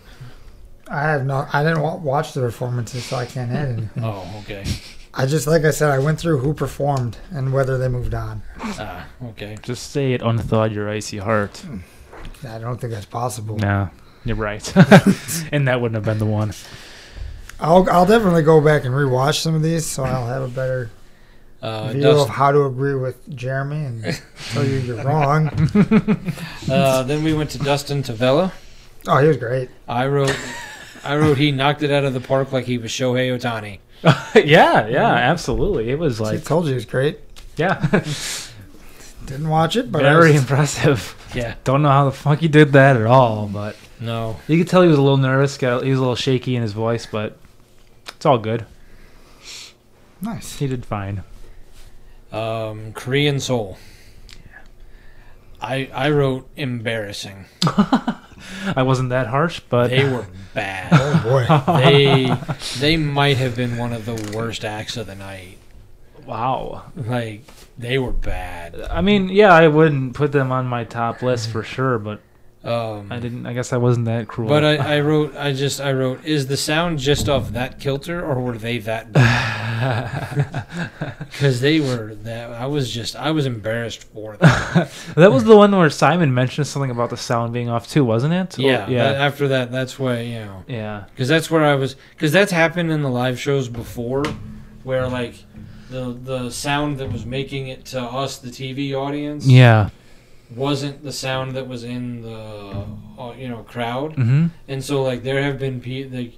I have no. I didn't wa- watch the performances, so I can't add anything. Oh, okay. I just, like I said, I went through who performed and whether they moved on. Ah, okay. Just say it unthawed your icy heart. I don't think that's possible. No, you're right. and that wouldn't have been the one. I'll, I'll definitely go back and rewatch some of these, so I'll have a better Uh, view of Dust, how to agree with Jeremy and tell you you're wrong. uh, then we went to Dustin Tavella. Oh, he was great. I wrote, I wrote he knocked it out of the park like he was Shohei Otani. yeah, yeah, absolutely. It was I like, told you he was great. yeah, Didn't watch it, but I very was- impressive. Yeah. Don't know how the fuck he did that at all, but No. you could tell he was a little nervous. Got, he was a little shaky in his voice, but it's all good. nice. He did fine. Um, Korean Soul. I I wrote embarrassing. I wasn't that harsh, but They were bad. Oh boy, They they might have been one of the worst acts of the night. wow. Like they were bad. I mean, yeah, I wouldn't put them on my top list for sure, but Um, I didn't. I guess I wasn't that cruel. But I, I wrote, I just, I wrote, is the sound just off that kilter, or were they that? Because they were that. I was just, I was embarrassed for that. that was the one where Simon mentioned something about the sound being off too, wasn't it? Or- yeah, yeah, that- after that, that's why you know, yeah. because that's where I was, because that's happened in the live shows before, where like the the sound that was making it to us, the TV audience, Yeah. wasn't the sound that was in the uh, you know crowd. Mm-hmm. And so like there have been pe- like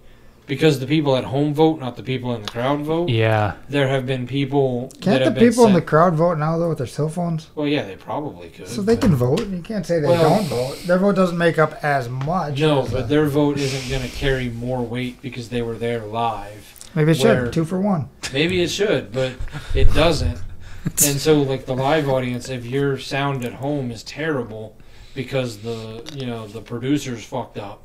because the people at home vote, not the people in the crowd vote. Yeah. There have been people that Can't the have been people in the sent- crowd vote now though with their cell phones? well, yeah, they probably could. So they but- can vote. You can't say they Well- don't vote. Their vote doesn't make up as much. No, as but a- their vote isn't going to carry more weight because they were there live. maybe it where- should two for one. Maybe it should, but it doesn't. And so, like the live audience, if your sound at home is terrible because the you know the producers fucked up,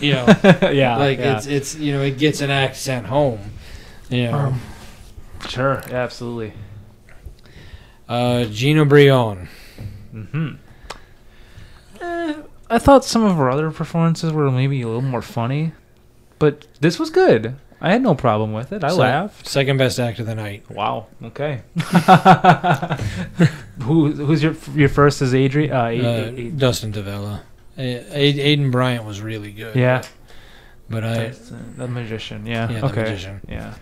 you know, yeah. like yeah. it's it's you know it gets an accent home. You know, Um, sure. Yeah, absolutely. uh, Gina Brion. hmm Eh, I thought some of her other performances were maybe a little more funny, but this was good. I had no problem with it. I So- laughed. second best act of the night. Wow. Okay. Who, who's your your first is Adrian? Uh, Uh, A- A- Dustin Devella. A- A- Aiden Bryant was really good. yeah, but I that's, uh, the magician. Yeah. yeah, the okay. magician. Yeah.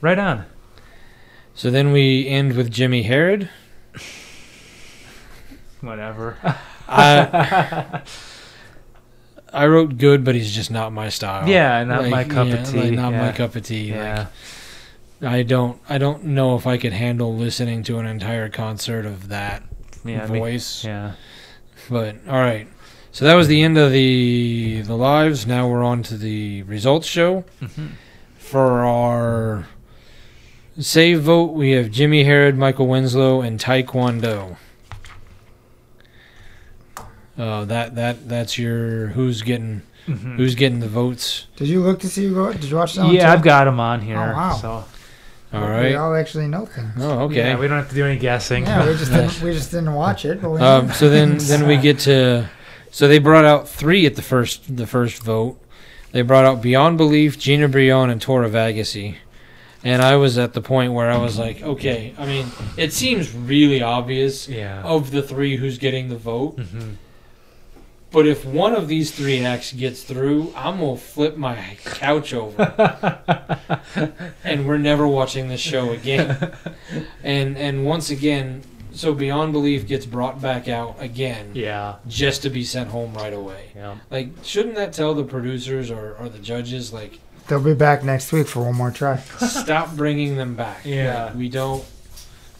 Right on. So then we end with Jimmy Herod. Whatever. I I wrote good, but he's just not my style. yeah, not my Like, cup yeah, of tea. Like not yeah. my cup of tea. Yeah. Like I don't I don't know if I could handle listening to an entire concert of that yeah. I mean- voice. yeah. But all right. So that was the end of the the lives. Now we're on to the results show. Mhm. For our save vote, we have Jimmy Herod, Michael Winslow, and Taekwondo. Uh, that that that's your who's getting Mhm. who's getting the votes. did you look to see who voted? Did you watch that? one, Yeah, too? I've got him on here. Oh, wow. So All We right. all actually know things. Oh, okay. Yeah, we don't have to do any guessing. Yeah, we just Nice. didn't, we just didn't watch it. But we Um, so then then we get to so they brought out three at the first the first vote. They brought out Beyond Belief, Gina Brion, and Tora Vagasi. And I was at the point where I was like, okay, I mean, it seems really obvious yeah. of the three who's getting the vote. Mhm. But if one of these three acts gets through, I'm gonna flip my couch over, and we're never watching this show again. And and once again, so Beyond Belief gets brought back out again Yeah. just to be sent home right away. Yeah. Like, shouldn't that tell the producers or, or the judges, like, They'll be back next week for one more try. stop bringing them back? Yeah. Like, we don't,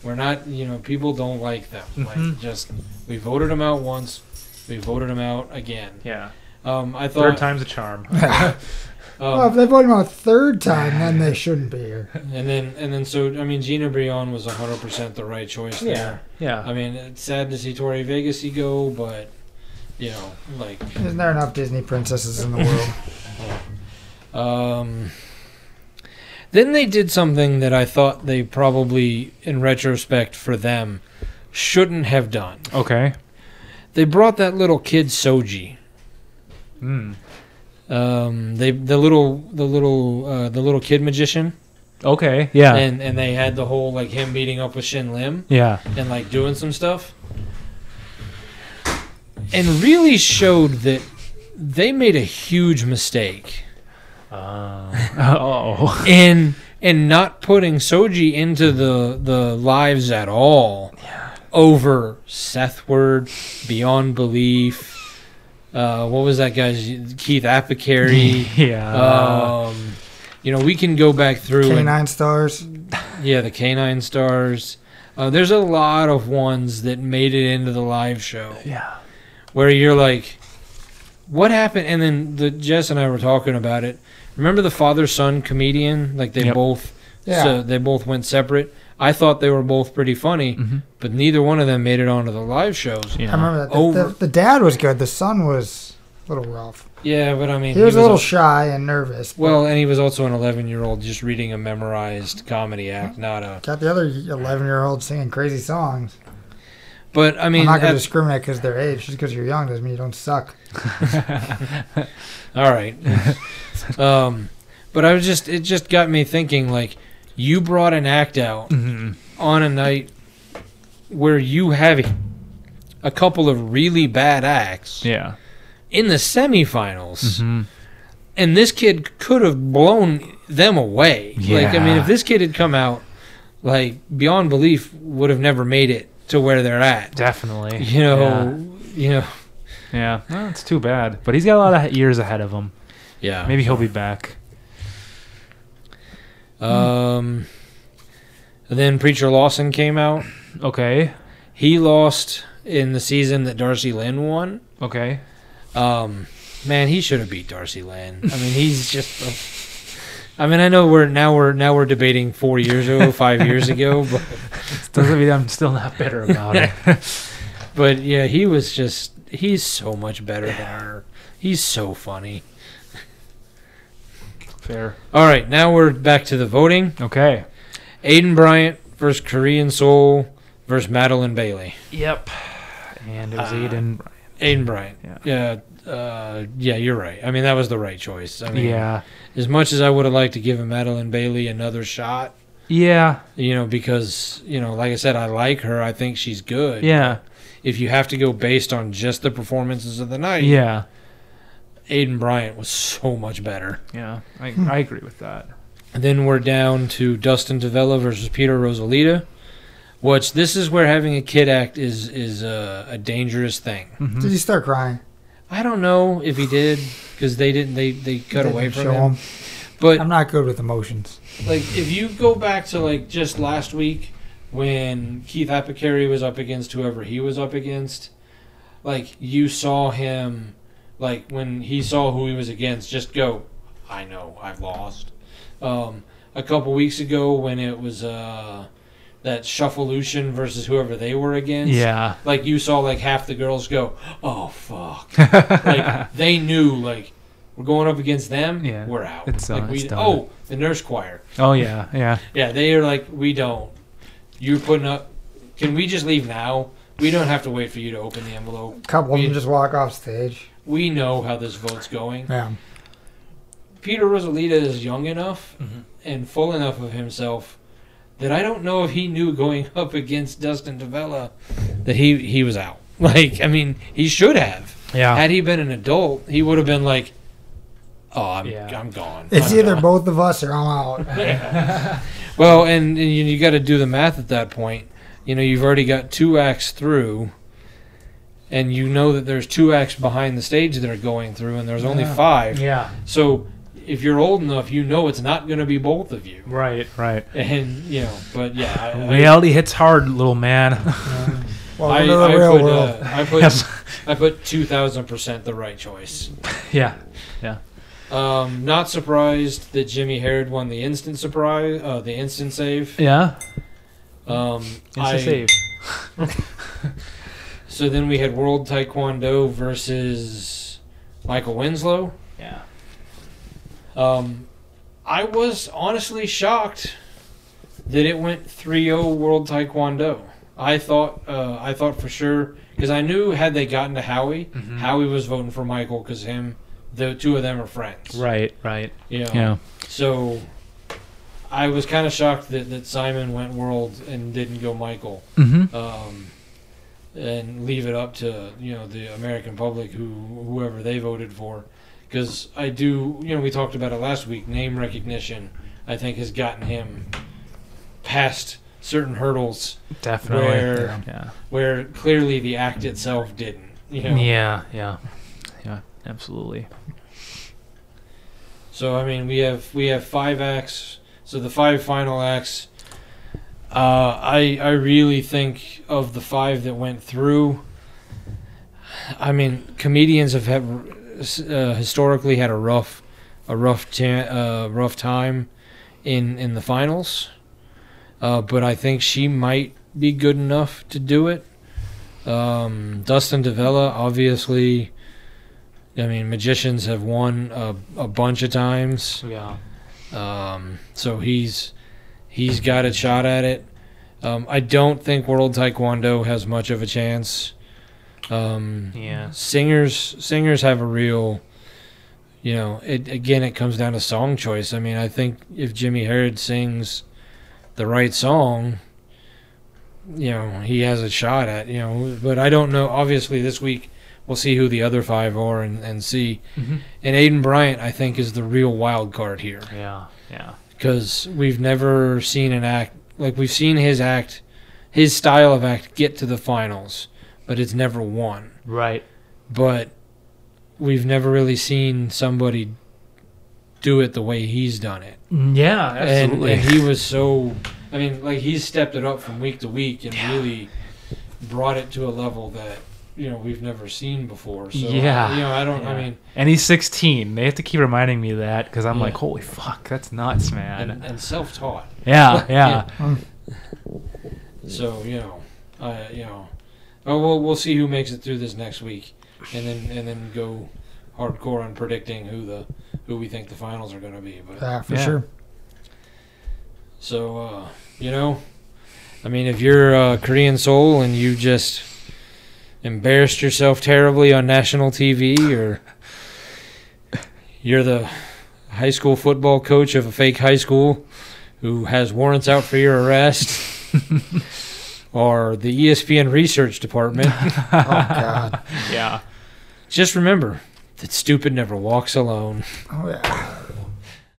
we're not, you know, people don't like them. Like, Mhm. just, we voted them out once, we voted them out again. Yeah. Um, I Third thought, time's a charm. well, if um, they vote him out a third time, then they shouldn't be here. and then, and then, so, I mean, Gina Brion was 100% the right choice there. Yeah. I mean, it's sad to see Tori Vegasy go, but, you know, like, Isn't there enough Disney princesses in the world? Um, then they did something that I thought they probably, in retrospect for them, shouldn't have done. Okay. They brought that little kid Soji. Mm. Um, they the little the little uh, the little kid magician, Okay. Yeah. and and they had the whole like him meeting up with Shin Lim yeah. and like doing some stuff, and really showed that they made a huge mistake. oh. in and not putting Soji into the the lives at all over Sethward, Beyond Belief. Uh, what was that guy's Keith Apicary? yeah. uh, um, you know, we can go back through. and- Canine stars. yeah, the Canine Stars. Uh, there's a lot of ones that made it into the live show yeah. where you're like, what happened? And then the Jess and I were talking about it. Remember the father son comedian? Like they Yep. both, Yeah. so they both went separate. I thought they were both pretty funny, Mhm. but neither one of them made it onto the live shows. Yeah. I remember that. The, Over- the, the dad was good. The son was a little rough. Yeah, but I mean, He was a little al- shy and nervous. but well, and he was also an 11 year old just reading a memorized comedy act, not a. got the other 11 year old singing crazy songs. But I I mean, am not going at- to discriminate because their age. Just because you're young doesn't mean you don't suck. All right. um, but I was just it just got me thinking like you brought an act out Mhm. on a night where you have a couple of really bad acts Yeah. in the semifinals Mhm. and this kid could have blown them away. Like I mean Yeah. if this kid had come out like beyond belief would have never made it to where they're at. Definitely. You know, you know Yeah. yeah. Well, it's too bad, but he's got a lot of years ahead of him. Yeah. Maybe he'll be back. Um, and then Preacher Lawson came out. Okay. He lost in the season that Darcy Lynn won. Okay. Um, man, he should have beat Darcy Lynn. I mean, he's just. A, I mean, I know we're now we're now we're debating four years ago, five years ago, but Doesn't mean I'm still not bitter about it. but yeah, he was just he's so much better than her. He's so funny. Fair. All right, now we're back to the voting. Okay. Aiden Bryant versus Korean Soul versus Madeline Bailey. Yep. And it was Uh, Aiden. Aiden Bryant. Yeah. Uh, yeah, you're right. I mean, that was the right choice. I mean, yeah. as much as I would have liked to give Madeline Bailey another shot, Yeah. you know, because, you know, like I said, I like her. I think she's good. Yeah. If you have to go based on just the performances of the night, Yeah. Aiden Bryant was so much better. Yeah. I, I agree with that. And then we're down to Dustin Tavella versus Peter Rosalita, which this is where having a kid act is, is a, a dangerous thing. Mhm. Did he start crying? I don't know if he did because they didn't, they, they cut Didn't away from show him. But I'm not good with emotions. like if you go back to like just last week when Keith Apicary was up against whoever he was up against, like you saw him, like when he saw who he was against, just go, I know I've lost. Um, a couple weeks ago when it was uh, that Shufflelution versus whoever they were against, Yeah. like you saw like half the girls go, oh fuck, like they knew like. We're going up against them. Yeah. we're out. It's, uh, like we, it's done. oh, the nurse choir. Oh yeah. Yeah. Yeah, they are like, we don't. You're putting up. Can we just leave now? We don't have to wait for you to open the envelope. couple of Yeah. them just walk off stage. We know how this vote's going. Yeah. Peter Rosalita is young enough Mhm. and full enough of himself that I don't know if he knew going up against Dustin Tavella that he he was out. Like, I mean, he should have. Yeah. Had he been an adult, he would have been like, "Oh, I'm Yeah. I'm gone." It's I'm either done." both of us or I'm out. Well, and, and you, you got to do the math at that point. You know, you've already got two acts through, and you know that there's two acts behind the stage that are going through, and there's only Yeah. five. Yeah. So if you're old enough, you know it's not going to be both of you. Right. Right. And, you know, but yeah. I, I, Reality hits hard, little man. Yeah. I, Welcome to the I real put, world. uh, I put, I put 2,000% the right choice. yeah. Um, not surprised that Jimmy Herod won the instant surprise, uh, the instant save. Yeah. Um, Instant I- save. So then we had World Taekwondo versus Michael Winslow. Yeah. Um, I was honestly shocked that it went 3-0 World Taekwondo. I thought uh, I thought for sure because I knew had they gotten to Howie, Mhm. Howie was voting for Michael because him, the two of them are friends. Right. Right. You know? Yeah. So I was kind of shocked that, that Simon went World and didn't go Michael Mm-hmm. um, and leave it up to you know the American public who whoever they voted for. Because I do, you know, we talked about it last week. Name recognition, I think, has gotten him past certain hurdles Definitely. Where- yeah. where clearly the act itself didn't. You know? Yeah. Yeah. Yeah. Absolutely. So I mean, we have we have five acts. So the five final acts. Uh, I I really think of the five that went through. I mean, comedians have had, uh, historically had a rough a rough ta- uh, rough time in in the finals. Uh, but I think she might be good enough to do it. Um, Dustin Devella, obviously. I mean, magicians have won a, a bunch of times, Yeah. um, so he's he's got a shot at it. Um, I don't think World Taekwondo has much of a chance. Um, Yeah. Singers singers have a real, you know, it again. It comes down to song choice. I mean, I think if Jimmy Herod sings the right song, you know, he has a shot at you know. But I don't know. Obviously, this week we'll see who the other five are and, and see. Mhm. And Aiden Bryant, I think, is the real wild card here Yeah. Yeah. because we've never seen an act like we've seen his act, his style of act get to the finals, but it's never won. Right. But we've never really seen somebody do it the way he's done it. Mm, Yeah, And, absolutely. and he was so, I mean, like he's stepped it up from week to week and really brought it to a level that you know we've never seen before. So Yeah. you know, I don't. Yeah. I mean, and he's 16. They have to keep reminding me of that because I'm Yeah. like, holy fuck, that's nuts, man. and, and self-taught. yeah, yeah. So you know, I you know, oh, we'll we'll see who makes it through this next week, and then and then go hardcore on predicting who the who we think the finals are going to be. But Yeah, for Yeah. sure. so uh, you know, I mean, if you're a Korean soul and you just embarrassed yourself terribly on national TV, or you're the high school football coach of a fake high school who has warrants out for your arrest. Or the E ESPN research department. Oh God. yeah. Just remember that stupid never walks alone. Oh yeah.